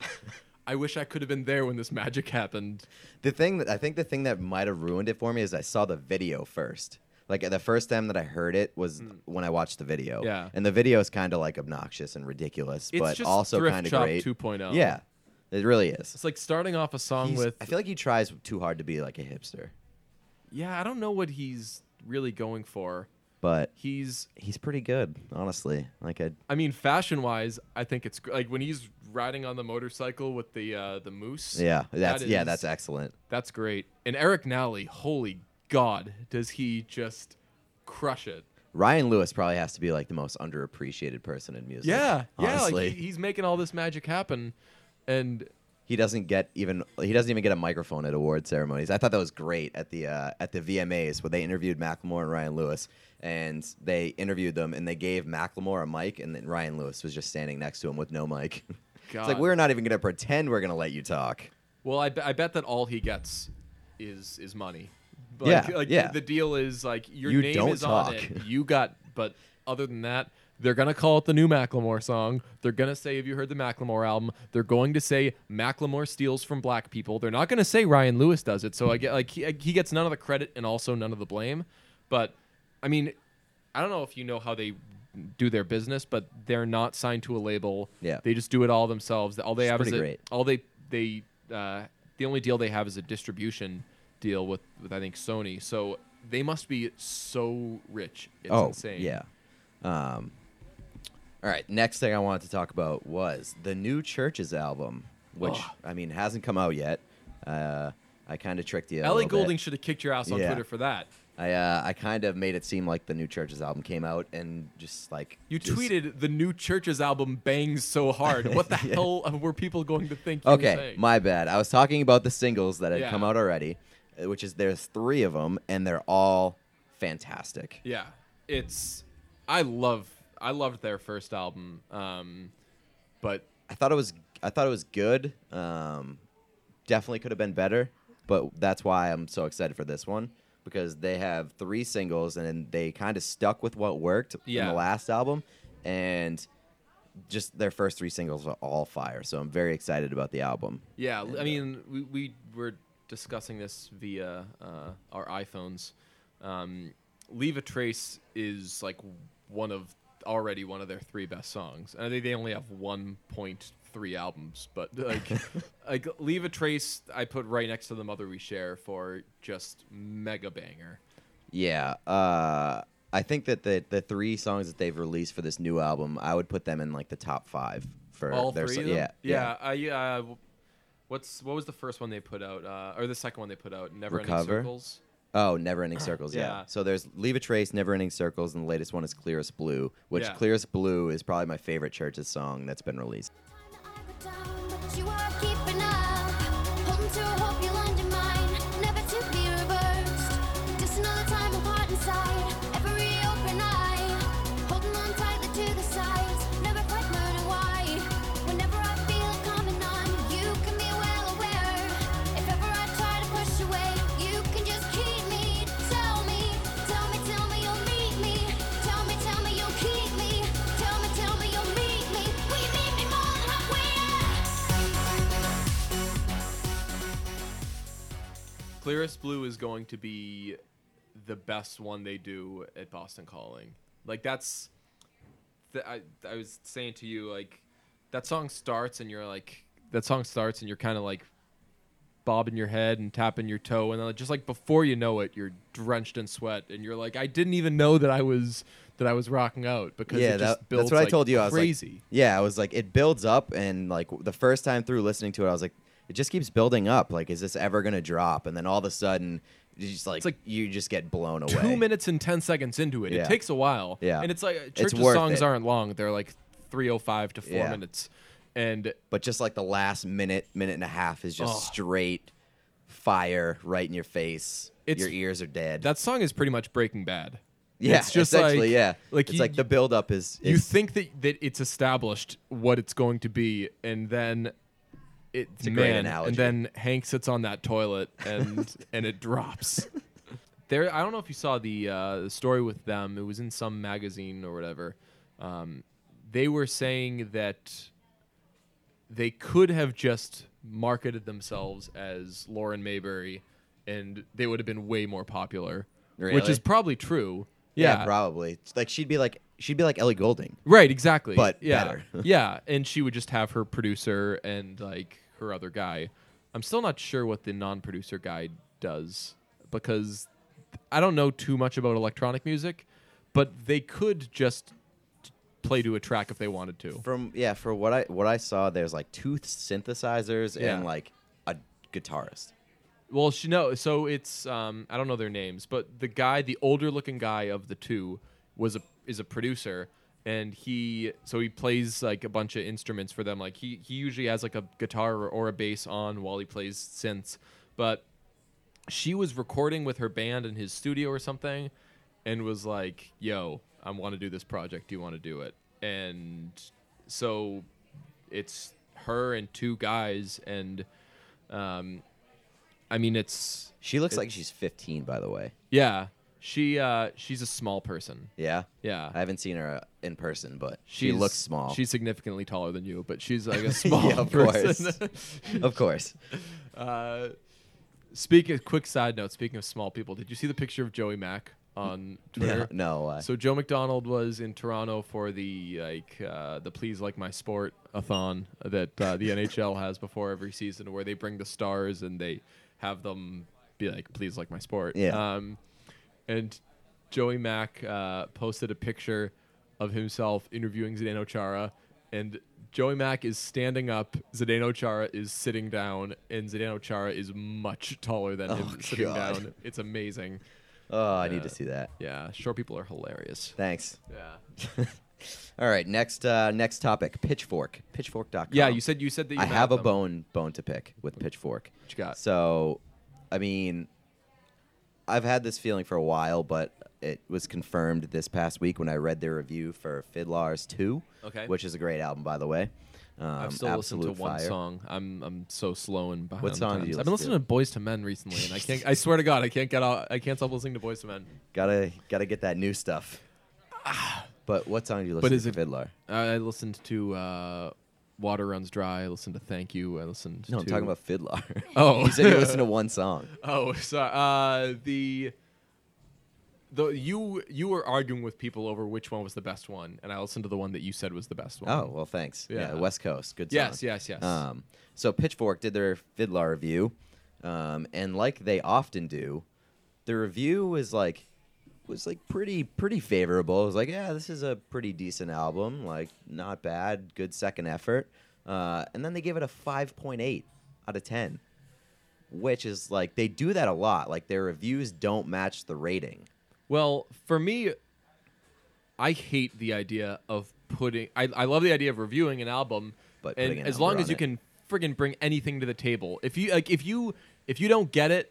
[SPEAKER 2] I wish I could have been there when this magic happened.
[SPEAKER 3] The thing that I think the thing that might have ruined it for me is I saw the video first. Like the first time that I heard it was when I watched the video.
[SPEAKER 2] Mm. Yeah.
[SPEAKER 3] and the video is kind of like obnoxious and ridiculous,
[SPEAKER 2] It's
[SPEAKER 3] but
[SPEAKER 2] just
[SPEAKER 3] also
[SPEAKER 2] Thrift
[SPEAKER 3] kind of
[SPEAKER 2] Shop
[SPEAKER 3] great.
[SPEAKER 2] 2.0.
[SPEAKER 3] Yeah, it really is.
[SPEAKER 2] It's like starting off a song
[SPEAKER 3] He's-
[SPEAKER 2] with,
[SPEAKER 3] I feel like he tries too hard to be like a hipster,
[SPEAKER 2] "Yeah, I don't know what he's really going for."
[SPEAKER 3] but
[SPEAKER 2] He's
[SPEAKER 3] he's pretty good, honestly. Like I,
[SPEAKER 2] I mean, fashion wise, I think it's gr- like when he's riding on the motorcycle with the uh, the moose.
[SPEAKER 3] yeah, that's
[SPEAKER 2] that
[SPEAKER 3] yeah,
[SPEAKER 2] is-
[SPEAKER 3] that's excellent.
[SPEAKER 2] That's great. And Eric Nally, holy God, does he just crush it?
[SPEAKER 3] Ryan Lewis probably has to be like the most underappreciated person in music.
[SPEAKER 2] Yeah, yeah.
[SPEAKER 3] honestly.
[SPEAKER 2] Like he, he's making all this magic happen, and
[SPEAKER 3] He doesn't get even he doesn't even get a microphone at award ceremonies. I thought that was great at the uh, at the VMAs where they interviewed Macklemore and Ryan Lewis, and they interviewed them and they gave Macklemore a mic, and then Ryan Lewis was just standing next to him with no mic. it's like
[SPEAKER 2] God.
[SPEAKER 3] we're not even gonna pretend we're gonna let you talk.
[SPEAKER 2] Well, I, be- I bet that all he gets is is money. Like,
[SPEAKER 3] Yeah,
[SPEAKER 2] like
[SPEAKER 3] yeah.
[SPEAKER 2] The deal is like your
[SPEAKER 3] You
[SPEAKER 2] name
[SPEAKER 3] don't
[SPEAKER 2] is on
[SPEAKER 3] talk.
[SPEAKER 2] it. You got, but other than that, they're gonna call it the new Macklemore song. They're gonna say, "Have you heard the Macklemore album?" They're going to say Macklemore steals from black people. They're not gonna say Ryan Lewis does it. So I get like he, he gets none of the credit and also none of the blame. But I mean, I don't know if you know how they do their business, but they're not signed to a label.
[SPEAKER 3] Yeah.
[SPEAKER 2] they just do it all themselves. All they
[SPEAKER 3] It's
[SPEAKER 2] have is
[SPEAKER 3] pretty
[SPEAKER 2] a-
[SPEAKER 3] great.
[SPEAKER 2] all they they uh, the only deal they have is a distribution deal with with I think Sony. So they must be so rich. It's
[SPEAKER 3] oh
[SPEAKER 2] insane.
[SPEAKER 3] yeah. Um, all right. Next thing I wanted to talk about was the new Churches album, which
[SPEAKER 2] Ugh.
[SPEAKER 3] I mean hasn't come out yet. Uh, I kind of tricked you. a
[SPEAKER 2] Ellie
[SPEAKER 3] little bit.
[SPEAKER 2] Golding should have kicked your ass on
[SPEAKER 3] Yeah.
[SPEAKER 2] Twitter for that.
[SPEAKER 3] I uh, I kind of made it seem like the new Churches album came out and just like
[SPEAKER 2] You
[SPEAKER 3] just-
[SPEAKER 2] tweeted the new Churches album bangs so hard. What the
[SPEAKER 3] Yeah.
[SPEAKER 2] hell were people going to think? You were
[SPEAKER 3] Okay,
[SPEAKER 2] saying?
[SPEAKER 3] my bad. I was talking about the singles that had
[SPEAKER 2] Yeah.
[SPEAKER 3] come out already, uh, which is there's three of them and they're all fantastic.
[SPEAKER 2] Yeah, it's I love I loved their first album, um, but
[SPEAKER 3] I thought it was I thought it was good. Um, definitely could have been better, but that's why I'm so excited for this one because they have three singles and then they kind of stuck with what worked in
[SPEAKER 2] Yeah.
[SPEAKER 3] the last album and just their first three singles are all fire. So I'm very excited about the album.
[SPEAKER 2] Yeah, l-
[SPEAKER 3] uh,
[SPEAKER 2] I mean, we, we were discussing this via uh, our iPhones. Um, Leave a Trace is like one of already one of their three best songs, and I think they only have 1.3 albums. But like, like Leave a Trace, I put right next to the Mother We Share for just mega banger.
[SPEAKER 3] Yeah. Uh, I think that the the three songs that they've released for this new album, I would put them in like the top five for
[SPEAKER 2] All
[SPEAKER 3] their
[SPEAKER 2] three,
[SPEAKER 3] so-
[SPEAKER 2] of them?
[SPEAKER 3] Yeah,
[SPEAKER 2] yeah. I, uh, w- what's what was the first one they put out, uh, or the second one they put out? Never
[SPEAKER 3] Recover?
[SPEAKER 2] Ending Circles.
[SPEAKER 3] Oh, Never Ending Circles. Yeah.
[SPEAKER 2] Yeah.
[SPEAKER 3] So there's Leave a Trace, Never Ending Circles, and the latest one is Clearest Blue, which
[SPEAKER 2] Yeah.
[SPEAKER 3] Clearest Blue is probably my favorite Church's song that's been released.
[SPEAKER 6] But you are keeping up, holding to a hope you'll undermine, never to be reversed. Just another time apart inside, every open eye, holding on tightly to the sides, never quite learning why. Whenever I feel it coming on, you can be well aware. If ever I try to push away, you can just keep me. Tell me, tell me, tell me you'll meet me. Tell me, tell me you'll keep me. Tell me, tell me you'll meet me. Will you meet me more than halfway?
[SPEAKER 2] Clearest Blue is going to be the best one they do at Boston Calling. Like that's, th- I I was saying to you like, that song starts and you're like that song starts and you're kind of like, bobbing your head and tapping your toe and then just like before you know it you're drenched in sweat and you're like I didn't even know that I was that I was rocking out because
[SPEAKER 3] yeah,
[SPEAKER 2] it just
[SPEAKER 3] that-
[SPEAKER 2] builds
[SPEAKER 3] that's what I
[SPEAKER 2] like,
[SPEAKER 3] told you. I was
[SPEAKER 2] crazy.
[SPEAKER 3] Like, yeah, I was like, it builds up, and like w- the first time through listening to it, I was like, it just keeps building up. Like, is this ever gonna drop? And then all of a sudden, you just like,
[SPEAKER 2] It's like
[SPEAKER 3] you just get blown away.
[SPEAKER 2] two minutes and ten seconds into it.
[SPEAKER 3] Yeah.
[SPEAKER 2] It takes a while.
[SPEAKER 3] Yeah.
[SPEAKER 2] and it's like
[SPEAKER 3] It's
[SPEAKER 2] church's
[SPEAKER 3] worth
[SPEAKER 2] songs
[SPEAKER 3] it.
[SPEAKER 2] aren't long; they're like three oh five to four
[SPEAKER 3] Yeah.
[SPEAKER 2] minutes, and
[SPEAKER 3] but just like the last minute, minute and a half is just
[SPEAKER 2] Oh.
[SPEAKER 3] straight fire right in your face.
[SPEAKER 2] It's-
[SPEAKER 3] your ears are dead.
[SPEAKER 2] that song is pretty much Breaking Bad.
[SPEAKER 3] yeah,
[SPEAKER 2] it's just
[SPEAKER 3] essentially,
[SPEAKER 2] like,
[SPEAKER 3] yeah.
[SPEAKER 2] like
[SPEAKER 3] it's
[SPEAKER 2] you-
[SPEAKER 3] like the buildup is, is
[SPEAKER 2] you think that that it's established what it's going to be, and then it
[SPEAKER 3] a
[SPEAKER 2] man,
[SPEAKER 3] great analogy.
[SPEAKER 2] and then Hank sits on that toilet and and it drops. There, I don't know if you saw the uh, the story with them. It was in some magazine or whatever. Um, they were saying that they could have just marketed themselves as Lauren Mayberry, and they would have been way more popular, which
[SPEAKER 3] Really?
[SPEAKER 2] is probably true.
[SPEAKER 3] Yeah, probably. Like she'd be like she'd be like Ellie Golding.
[SPEAKER 2] Right, exactly.
[SPEAKER 3] But
[SPEAKER 2] yeah.
[SPEAKER 3] better.
[SPEAKER 2] yeah, and she would just have her producer and like her other guy. I'm still not sure what the non-producer guy does because I don't know too much about electronic music, but they could just play to a track if they wanted to.
[SPEAKER 3] From yeah, for what I what I saw, there's like two synthesizers
[SPEAKER 2] Yeah.
[SPEAKER 3] and like a guitarist.
[SPEAKER 2] Well, she no, so it's um I don't know their names, but the guy, the older looking guy of the two was a is a producer and he so he plays like a bunch of instruments for them. Like he he usually has like a guitar or, or a bass on while he plays synths, but she was recording with her band in his studio or something and was like, "Yo, I want to do this project. Do you want to do it?" And so it's her and two guys and um I mean it's
[SPEAKER 3] She looks like she's 15, by the way.
[SPEAKER 2] yeah, she uh she's a small person.
[SPEAKER 3] Yeah.
[SPEAKER 2] Yeah.
[SPEAKER 3] I haven't seen her uh, in person, but she
[SPEAKER 2] She's-
[SPEAKER 3] looks small.
[SPEAKER 2] She's significantly taller than you, but she's like a small
[SPEAKER 3] of
[SPEAKER 2] person.
[SPEAKER 3] of course.
[SPEAKER 2] uh, speaking quick side note, speaking of small people, did you see the picture of Joey Mack on Twitter?
[SPEAKER 3] No. Uh,
[SPEAKER 2] So Joe McDonald was in Toronto for the like uh, the Please Like My Sport a thon that uh, the NHL has before every season, where they bring the stars and they have them be like Please Like My Sport.
[SPEAKER 3] Yeah.
[SPEAKER 2] Um, and Joey Mack uh, posted a picture of himself interviewing Zdeno Chara, and Joey Mack is standing up, Zdeno Chara is sitting down, and Zdeno Chara is much taller than him
[SPEAKER 3] Oh,
[SPEAKER 2] sitting
[SPEAKER 3] God.
[SPEAKER 2] down. It's amazing.
[SPEAKER 3] oh, I need
[SPEAKER 2] uh,
[SPEAKER 3] to see that.
[SPEAKER 2] Yeah, short people are hilarious.
[SPEAKER 3] Thanks.
[SPEAKER 2] Yeah.
[SPEAKER 3] All right, next uh, next topic, Pitchfork. Pitchfork.com.
[SPEAKER 2] Yeah, you said you said that you
[SPEAKER 3] I have a
[SPEAKER 2] them.
[SPEAKER 3] bone bone to pick with Pitchfork.
[SPEAKER 2] What you got?
[SPEAKER 3] So, I mean, I've had this feeling for a while, but it was confirmed this past week when I read their review for Fiddlars 2,
[SPEAKER 2] Okay.
[SPEAKER 3] which is a great album, by the way. Um,
[SPEAKER 2] I've still listened to
[SPEAKER 3] absolute
[SPEAKER 2] one
[SPEAKER 3] fire.
[SPEAKER 2] song. I'm I'm so slow and behind.
[SPEAKER 3] What
[SPEAKER 2] the
[SPEAKER 3] song did
[SPEAKER 2] times.
[SPEAKER 3] you
[SPEAKER 2] I've been
[SPEAKER 3] listen
[SPEAKER 2] listening
[SPEAKER 3] to?
[SPEAKER 2] to Boys to Men recently, and I can't. I swear to God, I can't get out. I can't stop listening to Boys to Men.
[SPEAKER 3] Gotta gotta get that new stuff. But what song do you listen
[SPEAKER 2] is
[SPEAKER 3] to
[SPEAKER 2] it-
[SPEAKER 3] for Fiddlar?
[SPEAKER 2] I I listened to uh, Water Runs Dry. I listened to Thank You. I listened.
[SPEAKER 3] No,
[SPEAKER 2] to...
[SPEAKER 3] I'm talking about Fiddlar.
[SPEAKER 2] Oh.
[SPEAKER 3] you said you listen to one song.
[SPEAKER 2] Oh, sorry. Uh, the the you you were arguing with people over which one was the best one, and I listened to the one that you said was the best one.
[SPEAKER 3] Oh well, thanks.
[SPEAKER 2] Yeah.
[SPEAKER 3] Yeah, West Coast, good.
[SPEAKER 2] Yes,
[SPEAKER 3] song.
[SPEAKER 2] yes, yes.
[SPEAKER 3] Um, so Pitchfork did their Fiddler review, um, and like they often do, the review was like was like pretty pretty favorable. It was like, yeah, this is a pretty decent album, like not bad, good second effort. Uh, and then they give it a five point eight out of ten, which is like they do that a lot. Like their reviews don't match the rating.
[SPEAKER 2] Well, for me, I hate the idea of putting. I, I love the idea of reviewing an album,
[SPEAKER 3] But
[SPEAKER 2] and
[SPEAKER 3] putting a
[SPEAKER 2] as
[SPEAKER 3] number
[SPEAKER 2] long as
[SPEAKER 3] on
[SPEAKER 2] you
[SPEAKER 3] it.
[SPEAKER 2] can friggin' bring anything to the table, if you like, if you if you don't get it,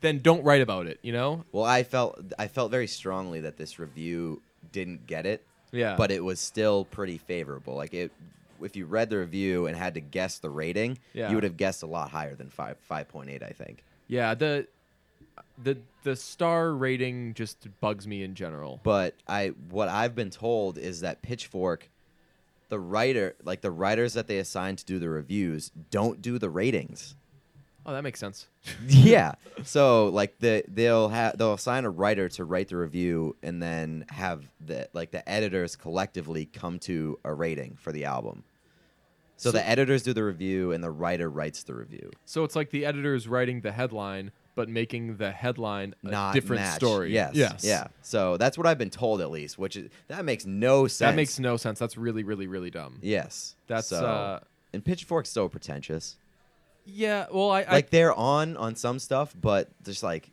[SPEAKER 2] then don't write about it. You know?
[SPEAKER 3] Well, I felt I felt very strongly that this review didn't get it.
[SPEAKER 2] Yeah.
[SPEAKER 3] But it was still pretty favorable. Like it if you read the review and had to guess the rating,
[SPEAKER 2] Yeah.
[SPEAKER 3] you would have guessed a lot higher than 5 5.8, I think.
[SPEAKER 2] Yeah. The the the star rating just bugs me in general.
[SPEAKER 3] But I what I've been told is that Pitchfork the writer like the writers that they assign to do the reviews don't do the ratings.
[SPEAKER 2] Oh, that makes sense.
[SPEAKER 3] yeah. So like the they'll have they'll assign a writer to write the review and then have the like the editors collectively come to a rating for the album. So, the editors do the review and the writer writes the review.
[SPEAKER 2] So it's like the editor is writing the headline, but making the headline a
[SPEAKER 3] Not
[SPEAKER 2] different
[SPEAKER 3] match.
[SPEAKER 2] story.
[SPEAKER 3] Yes.
[SPEAKER 2] Yes.
[SPEAKER 3] Yeah. So that's what I've been told at least, which is that makes no sense.
[SPEAKER 2] That makes no sense. That's really, really, really dumb.
[SPEAKER 3] Yes.
[SPEAKER 2] That's,
[SPEAKER 3] so,
[SPEAKER 2] uh,
[SPEAKER 3] and Pitchfork's so pretentious.
[SPEAKER 2] Yeah. Well, I, I
[SPEAKER 3] like they're on on some stuff, but just like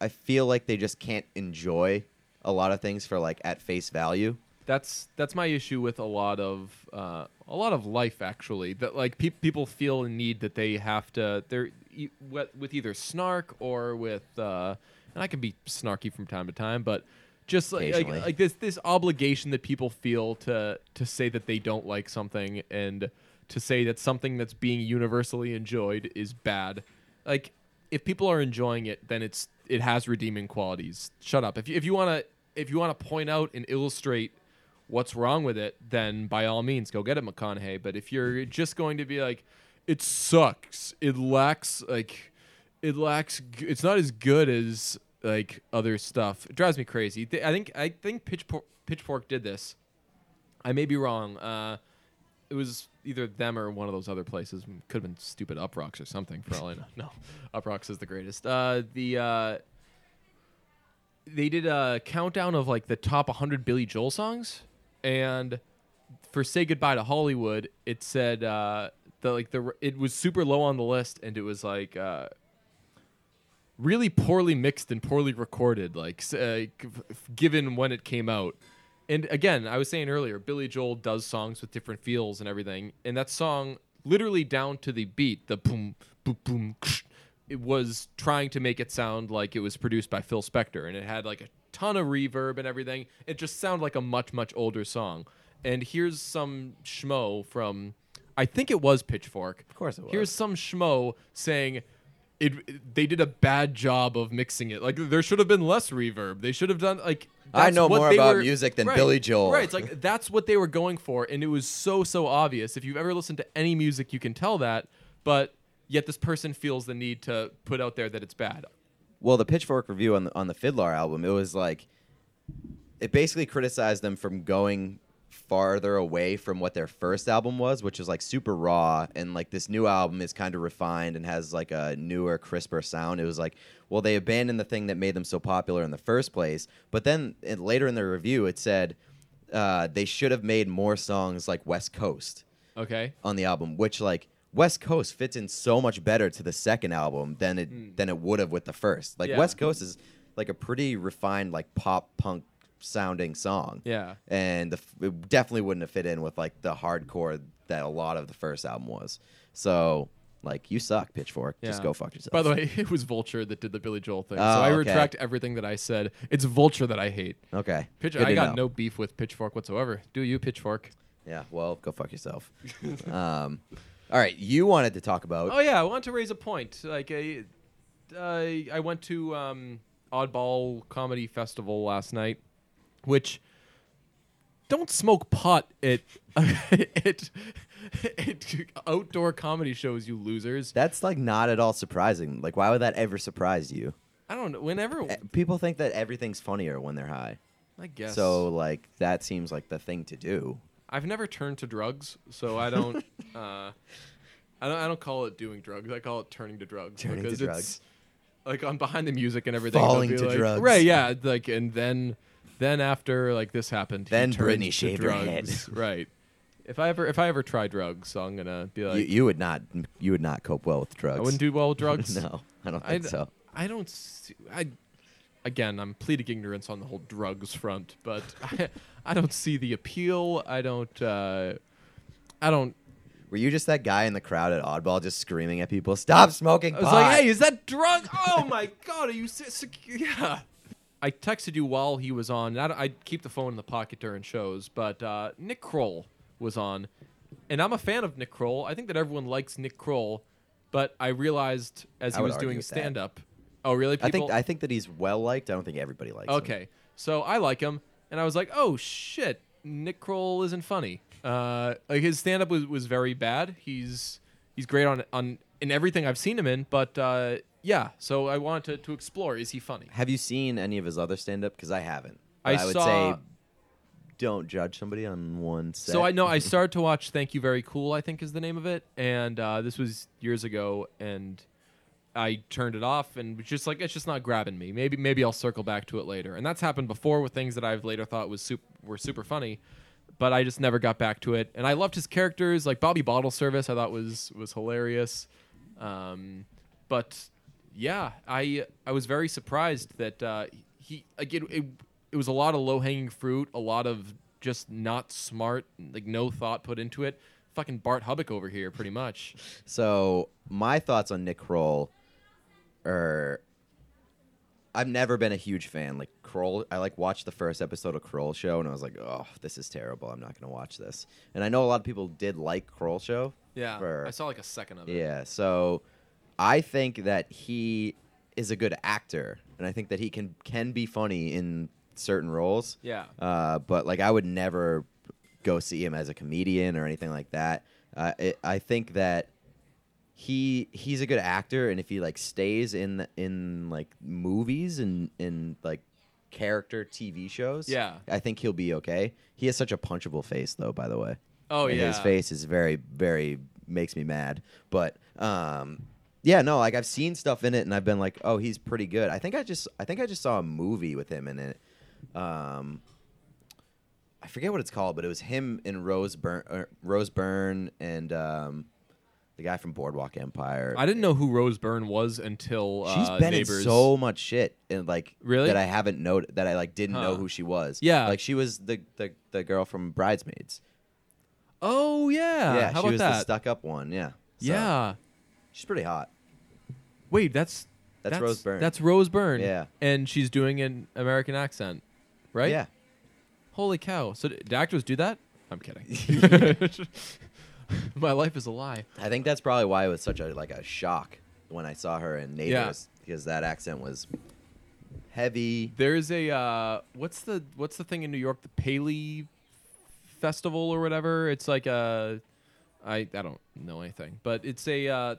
[SPEAKER 3] I feel like they just can't enjoy a lot of things for like at face value.
[SPEAKER 2] that's that's my issue with a lot of uh, a lot of life actually that like peop people feel a need that they have to they're e- with with either snark or with uh, and I can be snarky from time to time but just like, like
[SPEAKER 3] Occasionally.
[SPEAKER 2] like this this obligation that people feel to to say that they don't like something and to say that something that's being universally enjoyed is bad like if people are enjoying it then it's it has redeeming qualities shut up if you, if you want to if you want to point out and illustrate what's wrong with it then by all means go get it mcconaughey but if you're just going to be like it sucks it lacks like it lacks g- it's not as good as like other stuff it drives me crazy Th- i think i think pitchfork pitchfork did this i may be wrong uh it was either them or one of those other places could have been stupid uprocks or something for all i know no uprocks is the greatest uh the uh they did a countdown of like the top 100 billy joel songs and for "Say Goodbye to Hollywood," it said uh, the like the it was super low on the list, and it was like uh, really poorly mixed and poorly recorded, like s- uh, g- f- given when it came out. And again, I was saying earlier, Billy Joel does songs with different feels and everything. And that song, literally down to the beat, the boom, boom, boom, ksh, it was trying to make it sound like it was produced by Phil Spector. And it had like a ton of reverb and everything. It just sounded like a much, much older song. And here's some schmo from, I think it was Pitchfork. Of
[SPEAKER 3] course it was.
[SPEAKER 2] Here's some schmo saying, it, they did a bad job of mixing it. Like there should have been less reverb. They should have done like
[SPEAKER 3] I
[SPEAKER 2] that's
[SPEAKER 3] know
[SPEAKER 2] what
[SPEAKER 3] more
[SPEAKER 2] they
[SPEAKER 3] about
[SPEAKER 2] were-
[SPEAKER 3] music than Billy Joel.
[SPEAKER 2] Right, it's like that's what they were going for, and it was so so obvious. If you've ever listened to any music, you can tell that. But yet this person feels the need to put out there that it's bad.
[SPEAKER 3] Well, the Pitchfork review on the on the Fiddler album, it was like it basically criticized them from going farther away from what their first album was, which was like super raw and like this new album is kind of refined and has like a newer, crisper sound. It was like, well, they abandoned the thing that made them so popular in the first place, but then it, later in the review it said uh, they should have made more songs like West Coast
[SPEAKER 2] Okay,
[SPEAKER 3] on the album, which like West Coast fits in so much better to the second album than it than it would have with the first. Like
[SPEAKER 2] Hmm. Yeah.
[SPEAKER 3] West Coast is like a pretty refined like pop punk sounding song.
[SPEAKER 2] Yeah.
[SPEAKER 3] and the, f- it definitely wouldn't have fit in with like the hardcore that a lot of the first album was. So like you suck, Pitchfork. Just
[SPEAKER 2] Yeah.
[SPEAKER 3] go fuck yourself.
[SPEAKER 2] By the way, it was Vulture that did the Billy Joel thing,
[SPEAKER 3] Oh,
[SPEAKER 2] so I
[SPEAKER 3] okay.
[SPEAKER 2] retract everything that I said. It's Vulture that I hate.
[SPEAKER 3] okay,
[SPEAKER 2] Pitch,
[SPEAKER 3] good
[SPEAKER 2] I
[SPEAKER 3] to
[SPEAKER 2] got
[SPEAKER 3] know.
[SPEAKER 2] no beef with Pitchfork whatsoever. Do you Pitchfork?
[SPEAKER 3] Yeah, well, go fuck yourself. um, all right, you wanted to talk about.
[SPEAKER 2] Oh yeah, I want to raise a point. Like I, I, I went to um, Oddball Comedy Festival last night, which don't smoke pot at at, at outdoor comedy shows, you losers.
[SPEAKER 3] That's like not at all surprising. Like, why would that ever surprise you?
[SPEAKER 2] I don't know. Whenever
[SPEAKER 3] Eh, people think that everything's funnier when they're high.
[SPEAKER 2] I guess
[SPEAKER 3] So like that seems like the thing to do.
[SPEAKER 2] I've never turned to drugs, so I don't. uh, I don't. I don't call it doing drugs. I call it turning to drugs
[SPEAKER 3] Turning to
[SPEAKER 2] because
[SPEAKER 3] drugs.
[SPEAKER 2] it's like on behind the music and everything. they'll
[SPEAKER 3] Falling
[SPEAKER 2] be
[SPEAKER 3] to
[SPEAKER 2] like-
[SPEAKER 3] drugs.
[SPEAKER 2] Right. Yeah. Like and then, then after like this happened. he
[SPEAKER 3] Then
[SPEAKER 2] turned
[SPEAKER 3] Britney
[SPEAKER 2] to
[SPEAKER 3] shaved her head.
[SPEAKER 2] drugs. Right. If I ever if I ever try drugs, so I'm gonna be like
[SPEAKER 3] you, you would not you would not cope well with drugs.
[SPEAKER 2] I wouldn't do well with drugs.
[SPEAKER 3] no, I don't
[SPEAKER 2] I
[SPEAKER 3] think so.
[SPEAKER 2] I don't. See, I again, I'm pleading ignorance on the whole drugs front, but I, I don't see the appeal. I don't. Uh, I don't.
[SPEAKER 3] Were you just that guy in the crowd at Oddball just screaming at people, "Stop smoking
[SPEAKER 2] I
[SPEAKER 3] pot!"
[SPEAKER 2] was like, "Hey, is that drug? Oh my god, are you se- sec- yeah?" I texted you while he was on. and I, don't- I keep the phone in the pocket during shows, but uh, Nick Kroll was on, and I'm a fan of Nick Kroll. I think that everyone likes Nick Kroll, but I realized as
[SPEAKER 3] I
[SPEAKER 2] he
[SPEAKER 3] would
[SPEAKER 2] was
[SPEAKER 3] argue
[SPEAKER 2] doing
[SPEAKER 3] with that.
[SPEAKER 2] stand up. Oh, really? People?
[SPEAKER 3] I think I think that he's well liked. I don't think everybody likes him.
[SPEAKER 2] Okay. So I like him, and I was like, oh shit, Nick Kroll isn't funny. Uh, like his stand up was, was very bad. He's he's great on on in everything I've seen him in, but uh, yeah. So I wanted to, to explore: is he funny?
[SPEAKER 3] Have you seen any of his other stand up? Because I haven't. But
[SPEAKER 2] I
[SPEAKER 3] would
[SPEAKER 2] saw-
[SPEAKER 3] say don't judge somebody on one set.
[SPEAKER 2] So I know I started to watch Thank You Very Cool, I think is the name of it, and uh, this was years ago, and I turned it off and was just like it's just not grabbing me. Maybe maybe I'll circle back to it later. And that's happened before with things that I've later thought was super, were super funny, but I just never got back to it. And I loved his characters, like Bobby Bottle Service, I thought was was hilarious. Um, but yeah, I I was very surprised that uh, he like it, it it was a lot of low hanging fruit, a lot of just not smart, like no thought put into it. Fucking Bart Hubbock over here, pretty much.
[SPEAKER 3] So my thoughts on Nick Kroll are I've never been a huge fan. Like Kroll, I like watched the first episode of Kroll Show and I was like, oh, this is terrible. I'm not gonna watch this. And I know a lot of people did like Kroll Show.
[SPEAKER 2] Yeah,
[SPEAKER 3] for-
[SPEAKER 2] I saw like a second of it.
[SPEAKER 3] yeah. So I think that he is a good actor, and I think that he can can be funny in certain roles.
[SPEAKER 2] Yeah.
[SPEAKER 3] Uh, but like I would never go see him as a comedian or anything like that. Uh, it, I think that he he's a good actor, and if he like stays in the, in like movies and in like character TV shows,
[SPEAKER 2] Yeah.
[SPEAKER 3] I think he'll be okay. He has such a punchable face, though. By the way,
[SPEAKER 2] Oh,
[SPEAKER 3] And his
[SPEAKER 2] yeah.
[SPEAKER 3] face is very very makes me mad. But um, yeah, no, like I've seen stuff in it, and I've been like, oh, he's pretty good. I think I just I think I just saw a movie with him in it. Um, uh, I forget what it's called, but it was him and Rose Byrne, er, Rose Byrne, and um, the guy from Boardwalk Empire.
[SPEAKER 2] I didn't know who Rose Byrne was until
[SPEAKER 3] She's
[SPEAKER 2] uh,
[SPEAKER 3] been
[SPEAKER 2] Neighbors.
[SPEAKER 3] in so much shit and like
[SPEAKER 2] Really?
[SPEAKER 3] that I haven't noted that I like didn't know
[SPEAKER 2] Huh.
[SPEAKER 3] who she was.
[SPEAKER 2] Yeah.
[SPEAKER 3] like she was the the, the girl from Bridesmaids.
[SPEAKER 2] oh yeah,
[SPEAKER 3] yeah,
[SPEAKER 2] how
[SPEAKER 3] she
[SPEAKER 2] about
[SPEAKER 3] was the
[SPEAKER 2] that?
[SPEAKER 3] stuck up one. Yeah, So,
[SPEAKER 2] yeah,
[SPEAKER 3] she's pretty hot.
[SPEAKER 2] wait, that's
[SPEAKER 3] That's Rose Byrne.
[SPEAKER 2] That's Rose Byrne.
[SPEAKER 3] Yeah.
[SPEAKER 2] and she's doing an American accent, right?
[SPEAKER 3] Yeah,
[SPEAKER 2] Holy cow! So d- do actors do that? I'm kidding. My life is a lie.
[SPEAKER 3] I think that's probably why it was such a like a shock when I saw her in Neighbors because that accent was heavy.
[SPEAKER 2] There's a uh, what's the what's the thing in New York? The Paley Festival or whatever. It's like a I I don't know anything, but it's a uh,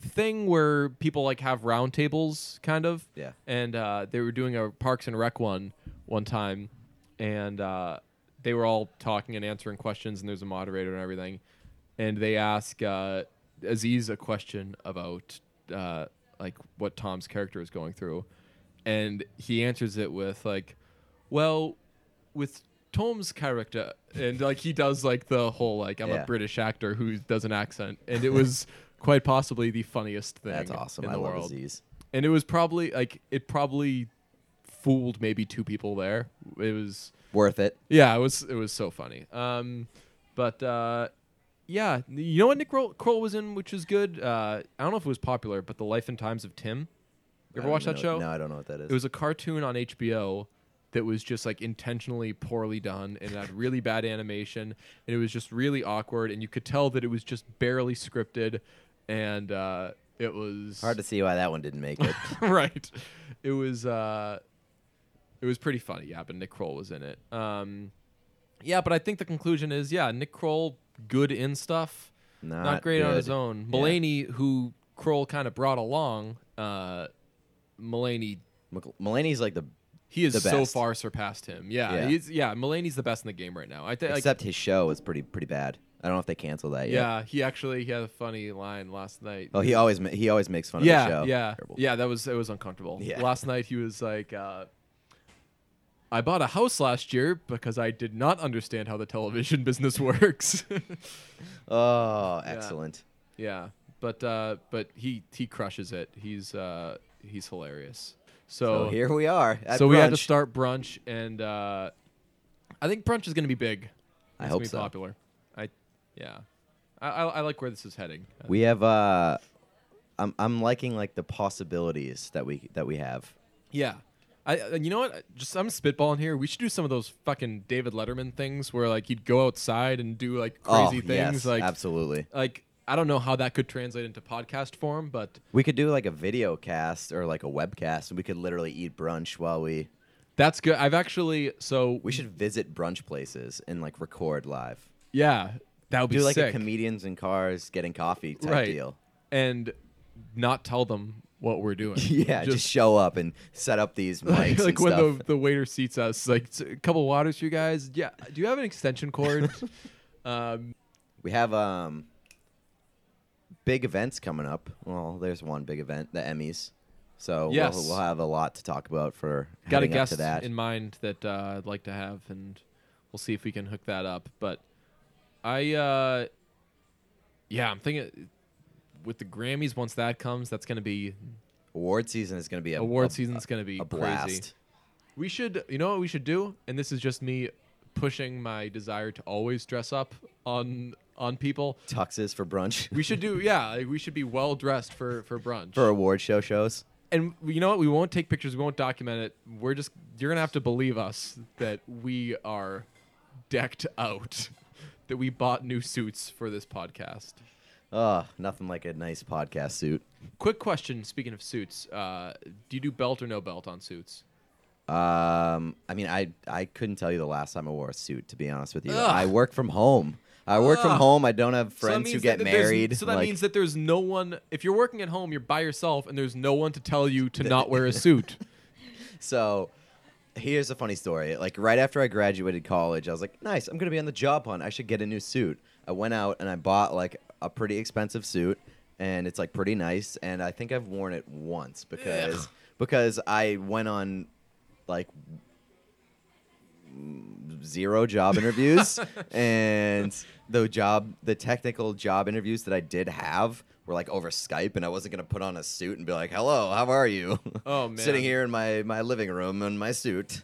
[SPEAKER 2] thing where people like have round tables, kind of.
[SPEAKER 3] Yeah.
[SPEAKER 2] And uh, they were doing a Parks and Rec one one time, and uh, they were all talking and answering questions, and there's a moderator and everything, and they ask uh, Aziz a question about uh, like what Tom's character is going through, and he answers it with like, well, with Tom's character, and like he does like the whole like I'm
[SPEAKER 3] Yeah.
[SPEAKER 2] a British actor who does an accent, and it was quite possibly the funniest thing.
[SPEAKER 3] That's awesome.
[SPEAKER 2] In
[SPEAKER 3] I
[SPEAKER 2] the
[SPEAKER 3] love
[SPEAKER 2] world.
[SPEAKER 3] Aziz.
[SPEAKER 2] And it was probably like it probably fooled maybe two people there. It was
[SPEAKER 3] Worth it.
[SPEAKER 2] yeah, it was it was so funny. Um, but uh, yeah, you know what Nick Kroll, Kroll was in, which is good. Uh, I don't know if it was popular, but The Life and Times of Tim. You
[SPEAKER 3] I
[SPEAKER 2] ever
[SPEAKER 3] don't
[SPEAKER 2] watch
[SPEAKER 3] even
[SPEAKER 2] that
[SPEAKER 3] know-
[SPEAKER 2] show?
[SPEAKER 3] No, I don't know what that is.
[SPEAKER 2] It was a cartoon on HBO that was just like intentionally poorly done and had really bad animation and it was just really awkward and you could tell that it was just barely scripted and uh, it was
[SPEAKER 3] hard to see why that one didn't make it.
[SPEAKER 2] right. It was uh, it was pretty funny. Yeah, but Nick Kroll was in it. Um, yeah, but I think the conclusion is yeah, Nick Kroll good in stuff,
[SPEAKER 3] Not,
[SPEAKER 2] great on his
[SPEAKER 3] good.
[SPEAKER 2] own.
[SPEAKER 3] Yeah.
[SPEAKER 2] Mulaney, who Kroll kind of brought along, uh, Mulaney
[SPEAKER 3] Mc- Mulaney's like the
[SPEAKER 2] he is
[SPEAKER 3] the
[SPEAKER 2] so
[SPEAKER 3] best.
[SPEAKER 2] far surpassed him. Yeah,
[SPEAKER 3] Yeah.
[SPEAKER 2] yeah. He's, yeah. Mulaney's the best in the game right now. I think. Like,
[SPEAKER 3] except his show is pretty pretty bad. I don't know if they canceled that yet.
[SPEAKER 2] yeah, he actually he had a funny line last night.
[SPEAKER 3] Oh, he always ma- he always makes fun
[SPEAKER 2] yeah,
[SPEAKER 3] of the show.
[SPEAKER 2] yeah,
[SPEAKER 3] Terrible.
[SPEAKER 2] yeah. That was it was uncomfortable.
[SPEAKER 3] Yeah.
[SPEAKER 2] Last night he was like, uh, "I bought a house last year because I did not understand how the television business works."
[SPEAKER 3] Oh, excellent.
[SPEAKER 2] yeah, but uh, but he he crushes it. He's uh, he's hilarious. So,
[SPEAKER 3] So here we are. At
[SPEAKER 2] so we had to
[SPEAKER 3] brunch.
[SPEAKER 2] start brunch, and uh, I think brunch is going to be big.
[SPEAKER 3] I
[SPEAKER 2] It's
[SPEAKER 3] hope
[SPEAKER 2] gonna be
[SPEAKER 3] so.
[SPEAKER 2] Popular. I, yeah, I, I, I like where this is heading.
[SPEAKER 3] We have uh, I'm I'm liking like the possibilities that we that we have.
[SPEAKER 2] Yeah, I. and You know what? Just I'm spitballing here. We should do some of those fucking David Letterman things where like he'd go outside and do like
[SPEAKER 3] Oh,
[SPEAKER 2] crazy things.
[SPEAKER 3] yes,
[SPEAKER 2] like
[SPEAKER 3] absolutely.
[SPEAKER 2] Like I don't know how that could translate into podcast form, but
[SPEAKER 3] We could do like a video cast or like a webcast, and we could literally eat brunch while we.
[SPEAKER 2] that's good. I've actually so
[SPEAKER 3] We should visit brunch places and like record live.
[SPEAKER 2] yeah that would be
[SPEAKER 3] Do like
[SPEAKER 2] sick.
[SPEAKER 3] a comedians in cars getting coffee type
[SPEAKER 2] right
[SPEAKER 3] deal.
[SPEAKER 2] and not tell them what we're doing.
[SPEAKER 3] Yeah, just, show up and set up these mics
[SPEAKER 2] like,
[SPEAKER 3] and
[SPEAKER 2] like when
[SPEAKER 3] stuff.
[SPEAKER 2] the, the waiter seats us like "S- a couple waters for you guys yeah do you have an extension cord um
[SPEAKER 3] We have um big events coming up. Well, there's one big event, the Emmys. So we'll-
[SPEAKER 2] Yes.
[SPEAKER 3] we'll, have a lot to talk about for
[SPEAKER 2] got a
[SPEAKER 3] heading up
[SPEAKER 2] guest
[SPEAKER 3] to that.
[SPEAKER 2] in mind that uh, i'd like to have and we'll see if we can hook that up but i uh yeah i'm thinking with the grammys once that comes that's gonna be
[SPEAKER 3] Award season is going to be a
[SPEAKER 2] award
[SPEAKER 3] a-
[SPEAKER 2] season's gonna be
[SPEAKER 3] a
[SPEAKER 2] crazy
[SPEAKER 3] blast.
[SPEAKER 2] We should, you know what we should do? And this is just me pushing my desire to always dress up on on people.
[SPEAKER 3] Tuxes for brunch
[SPEAKER 2] We should do, yeah, like, we should be well dressed for for brunch.
[SPEAKER 3] for award show shows.
[SPEAKER 2] and you know what? We won't take pictures. We won't document it. We're just you're gonna have to believe us that we are decked out, that we bought new suits for this podcast.
[SPEAKER 3] Oh, nothing like a nice podcast suit.
[SPEAKER 2] Quick question. Speaking of suits, uh, do you do belt or no belt on suits?
[SPEAKER 3] Um, I mean, I I couldn't tell you the last time I wore a suit. To be honest with you,
[SPEAKER 2] Ugh.
[SPEAKER 3] I work from home. I work from
[SPEAKER 2] Ugh.
[SPEAKER 3] home. I don't have
[SPEAKER 2] So that
[SPEAKER 3] friends who
[SPEAKER 2] means
[SPEAKER 3] get
[SPEAKER 2] that there's-
[SPEAKER 3] married.
[SPEAKER 2] So that
[SPEAKER 3] like-
[SPEAKER 2] means that there's no one. If you're working at home, you're by yourself, and there's no one to tell you to not wear a suit.
[SPEAKER 3] So here's a funny story. Like right after I graduated college, I was like, nice, I'm gonna be on the job hunt. I should get a new suit. I went out and I bought like a pretty expensive suit and it's like pretty nice. And I think I've worn it once because because I went on like zero job interviews, and the job, the technical job interviews that I did have were like over Skype, and I wasn't gonna put on a suit and be like, "Hello, how are you?"
[SPEAKER 2] Oh, man.
[SPEAKER 3] sitting here in my my living room in my suit.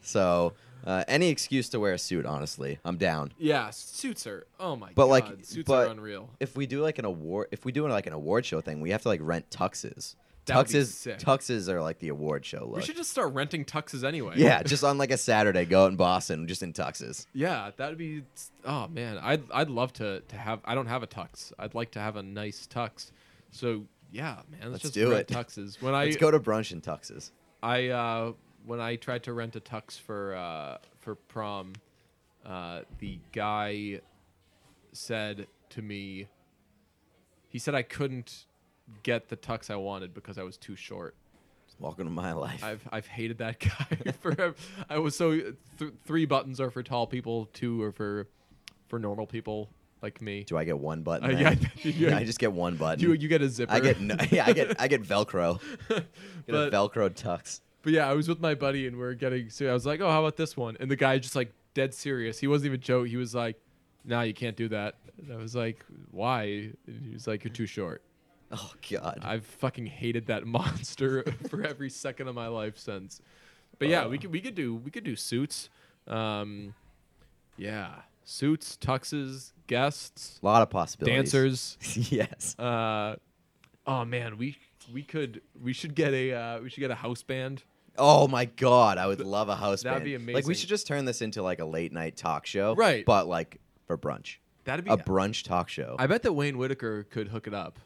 [SPEAKER 3] so, uh, any excuse to wear a suit, honestly, I'm down.
[SPEAKER 2] Yeah, suits are. Oh my
[SPEAKER 3] But
[SPEAKER 2] god,
[SPEAKER 3] like,
[SPEAKER 2] suits
[SPEAKER 3] but
[SPEAKER 2] are unreal.
[SPEAKER 3] If we do like an award, if we do like an award show thing, we have to like rent tuxes.
[SPEAKER 2] That would be
[SPEAKER 3] tuxes,
[SPEAKER 2] sick.
[SPEAKER 3] tuxes are like the award show look.
[SPEAKER 2] We should just start renting tuxes anyway.
[SPEAKER 3] yeah, just on like a Saturday, go out in Boston, just in tuxes.
[SPEAKER 2] yeah, that'd be. Oh man, I'd I'd love to to have. I don't have a tux. I'd like to have a nice tux. So yeah, man, let's,
[SPEAKER 3] Let's
[SPEAKER 2] just
[SPEAKER 3] do
[SPEAKER 2] rent
[SPEAKER 3] it.
[SPEAKER 2] tuxes. When I
[SPEAKER 3] Let's go to brunch in tuxes.
[SPEAKER 2] I uh, when I tried to rent a tux for uh, for prom, uh, the guy said to me, he said I couldn't get the tux I wanted because I was too short.
[SPEAKER 3] Welcome to my life.
[SPEAKER 2] I've I've hated that guy forever. I was so th- three buttons are for tall people, two are for for normal people like me.
[SPEAKER 3] do I get one button?
[SPEAKER 2] Uh,
[SPEAKER 3] then?
[SPEAKER 2] yeah, I think you-
[SPEAKER 3] Yeah, I just get one button.
[SPEAKER 2] You you get a zipper.
[SPEAKER 3] I get no, yeah, I get I get Velcro. Get
[SPEAKER 2] But-
[SPEAKER 3] a Velcro tux.
[SPEAKER 2] But yeah, I was with my buddy and we are getting so I was like, "Oh, how about this one?" And the guy just like dead serious. He wasn't even joking. He was like, "Nah, you can't do that." And I was like, "Why?" And he was like, "You're too short."
[SPEAKER 3] Oh God.
[SPEAKER 2] I've fucking hated that monster for every second of my life since. But yeah,
[SPEAKER 3] Uh.
[SPEAKER 2] we could we could do we could do suits. Um yeah, suits, tuxes, guests,
[SPEAKER 3] a lot of possibilities.
[SPEAKER 2] dancers.
[SPEAKER 3] yes.
[SPEAKER 2] Uh oh man, we we could we should get a uh, we should get a house band.
[SPEAKER 3] Oh my god, I would love a house
[SPEAKER 2] that'd
[SPEAKER 3] band.
[SPEAKER 2] be
[SPEAKER 3] Like
[SPEAKER 2] amazing.
[SPEAKER 3] we should just turn this into like a late night talk show,
[SPEAKER 2] Right.
[SPEAKER 3] But like for brunch,
[SPEAKER 2] That'd be
[SPEAKER 3] a brunch talk show.
[SPEAKER 2] I bet that Wayne Whitaker could hook it up.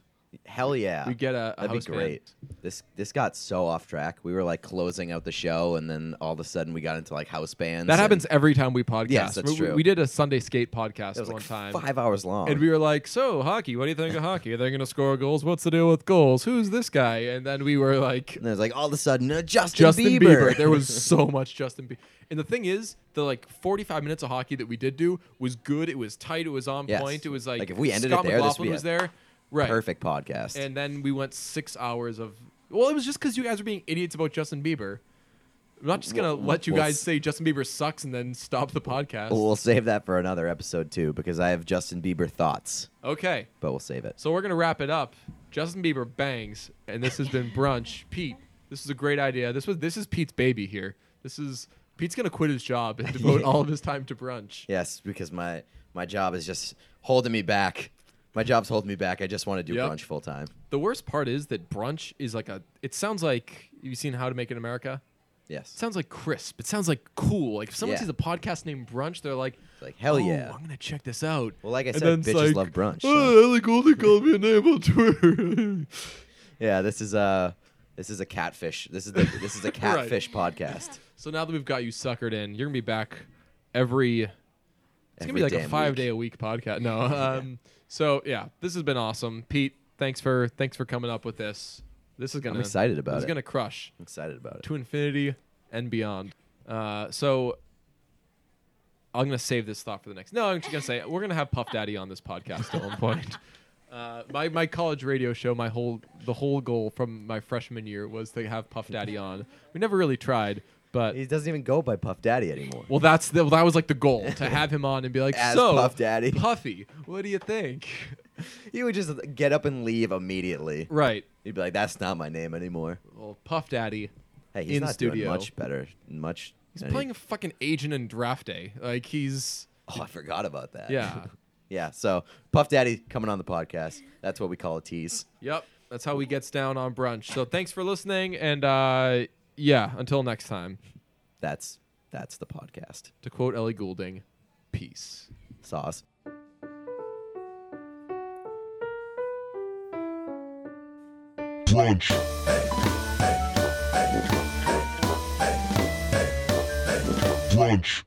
[SPEAKER 3] Hell yeah,
[SPEAKER 2] we get a- a
[SPEAKER 3] that'd
[SPEAKER 2] house
[SPEAKER 3] be
[SPEAKER 2] band.
[SPEAKER 3] great. This this got so off track. We were like closing out the show, and then all of a sudden we got into like house bands.
[SPEAKER 2] That
[SPEAKER 3] and
[SPEAKER 2] happens every time we podcast.
[SPEAKER 3] Yes, that's
[SPEAKER 2] we, we-
[SPEAKER 3] true.
[SPEAKER 2] We did a Sunday skate podcast
[SPEAKER 3] It was
[SPEAKER 2] one
[SPEAKER 3] like
[SPEAKER 2] time.
[SPEAKER 3] five hours long.
[SPEAKER 2] And we were like, so hockey, what do you think of hockey? Are they going to score goals? What's the deal with goals? Who's this guy? And then we were like,
[SPEAKER 3] and it was like all of a sudden uh, Justin,
[SPEAKER 2] Justin Bieber.
[SPEAKER 3] Bieber.
[SPEAKER 2] There was so much Justin Bieber. And the thing is, the like 45 minutes of hockey that we did do was good. It was tight. It was on
[SPEAKER 3] Yes.
[SPEAKER 2] point. It was like,
[SPEAKER 3] Like, if we ended it
[SPEAKER 2] Scott
[SPEAKER 3] there, this
[SPEAKER 2] McLaughlin
[SPEAKER 3] would be a
[SPEAKER 2] was there. Right.
[SPEAKER 3] perfect podcast.
[SPEAKER 2] And then we went six hours of. Well, it was just because you guys were being idiots about Justin Bieber. I'm not just gonna
[SPEAKER 3] Well,
[SPEAKER 2] let you
[SPEAKER 3] well,
[SPEAKER 2] guys
[SPEAKER 3] s-
[SPEAKER 2] say Justin Bieber sucks and then stop the podcast.
[SPEAKER 3] Well, we'll save that for another episode too, because I have Justin Bieber thoughts,
[SPEAKER 2] Okay,
[SPEAKER 3] but we'll save it.
[SPEAKER 2] so we're gonna wrap it up. Justin Bieber bangs, and this has been brunch. Pete, this is a great idea. This was this is Pete's baby here. This is Pete's gonna quit his job and devote all of his time to brunch.
[SPEAKER 3] Yes, because my my job is just holding me back. My job's holding me back. I just want to do
[SPEAKER 2] Yep.
[SPEAKER 3] brunch full time.
[SPEAKER 2] The worst part is that brunch is like a. It sounds like you've seen How to Make It in America. It
[SPEAKER 3] Yes.
[SPEAKER 2] sounds like crisp. It sounds like cool. Like if someone
[SPEAKER 3] Yeah.
[SPEAKER 2] sees a podcast named Brunch, they're like,
[SPEAKER 3] Like hell
[SPEAKER 2] "Oh,
[SPEAKER 3] yeah.
[SPEAKER 2] I'm gonna check this out."
[SPEAKER 3] Well, like I
[SPEAKER 2] And
[SPEAKER 3] said,
[SPEAKER 2] then it's
[SPEAKER 3] bitches love brunch,
[SPEAKER 2] Oh, Ellie Goulding called me a name on Twitter.
[SPEAKER 3] Yeah, this is a this is a catfish. This is the this is a catfish podcast.
[SPEAKER 2] so now that we've got you suckered in, you're gonna be back every. It's gonna be
[SPEAKER 3] Every
[SPEAKER 2] like a
[SPEAKER 3] damn
[SPEAKER 2] five
[SPEAKER 3] week.
[SPEAKER 2] day a week podcast. No, um, so yeah, this has been awesome, Pete. Thanks for thanks for coming up with this. This is gonna.
[SPEAKER 3] excited about
[SPEAKER 2] this is
[SPEAKER 3] it.
[SPEAKER 2] gonna crush
[SPEAKER 3] I'm excited about it.
[SPEAKER 2] to infinity and beyond. Uh, so I'm gonna save this thought for the next. No, I'm just gonna say we're gonna have Puff Daddy on this podcast at one point. Uh, my my college radio show, my whole the whole goal from my freshman year was to have Puff Daddy on. We never really tried, but
[SPEAKER 3] He doesn't even go by Puff Daddy anymore.
[SPEAKER 2] well, that's the, that was like the goal to have him on and be like,
[SPEAKER 3] As
[SPEAKER 2] so
[SPEAKER 3] Puff Daddy."
[SPEAKER 2] Puffy, what do you think?
[SPEAKER 3] He would just get up and leave immediately.
[SPEAKER 2] Right,
[SPEAKER 3] He'd be like, "That's not my name anymore."
[SPEAKER 2] well, Puff Daddy.
[SPEAKER 3] Hey, he's
[SPEAKER 2] In
[SPEAKER 3] not
[SPEAKER 2] studio.
[SPEAKER 3] doing much better. Much.
[SPEAKER 2] He's playing a fucking agent in draft day. Like he's
[SPEAKER 3] Oh, I forgot about that.
[SPEAKER 2] yeah.
[SPEAKER 3] yeah. So Puff Daddy coming on the podcast. That's what we call a tease.
[SPEAKER 2] Yep. That's how we gets down on brunch. So thanks for listening and uh yeah, until next time.
[SPEAKER 3] That's that's the podcast.
[SPEAKER 2] To quote Ellie Goulding, peace.
[SPEAKER 3] Sauce.
[SPEAKER 1] brunch, brunch.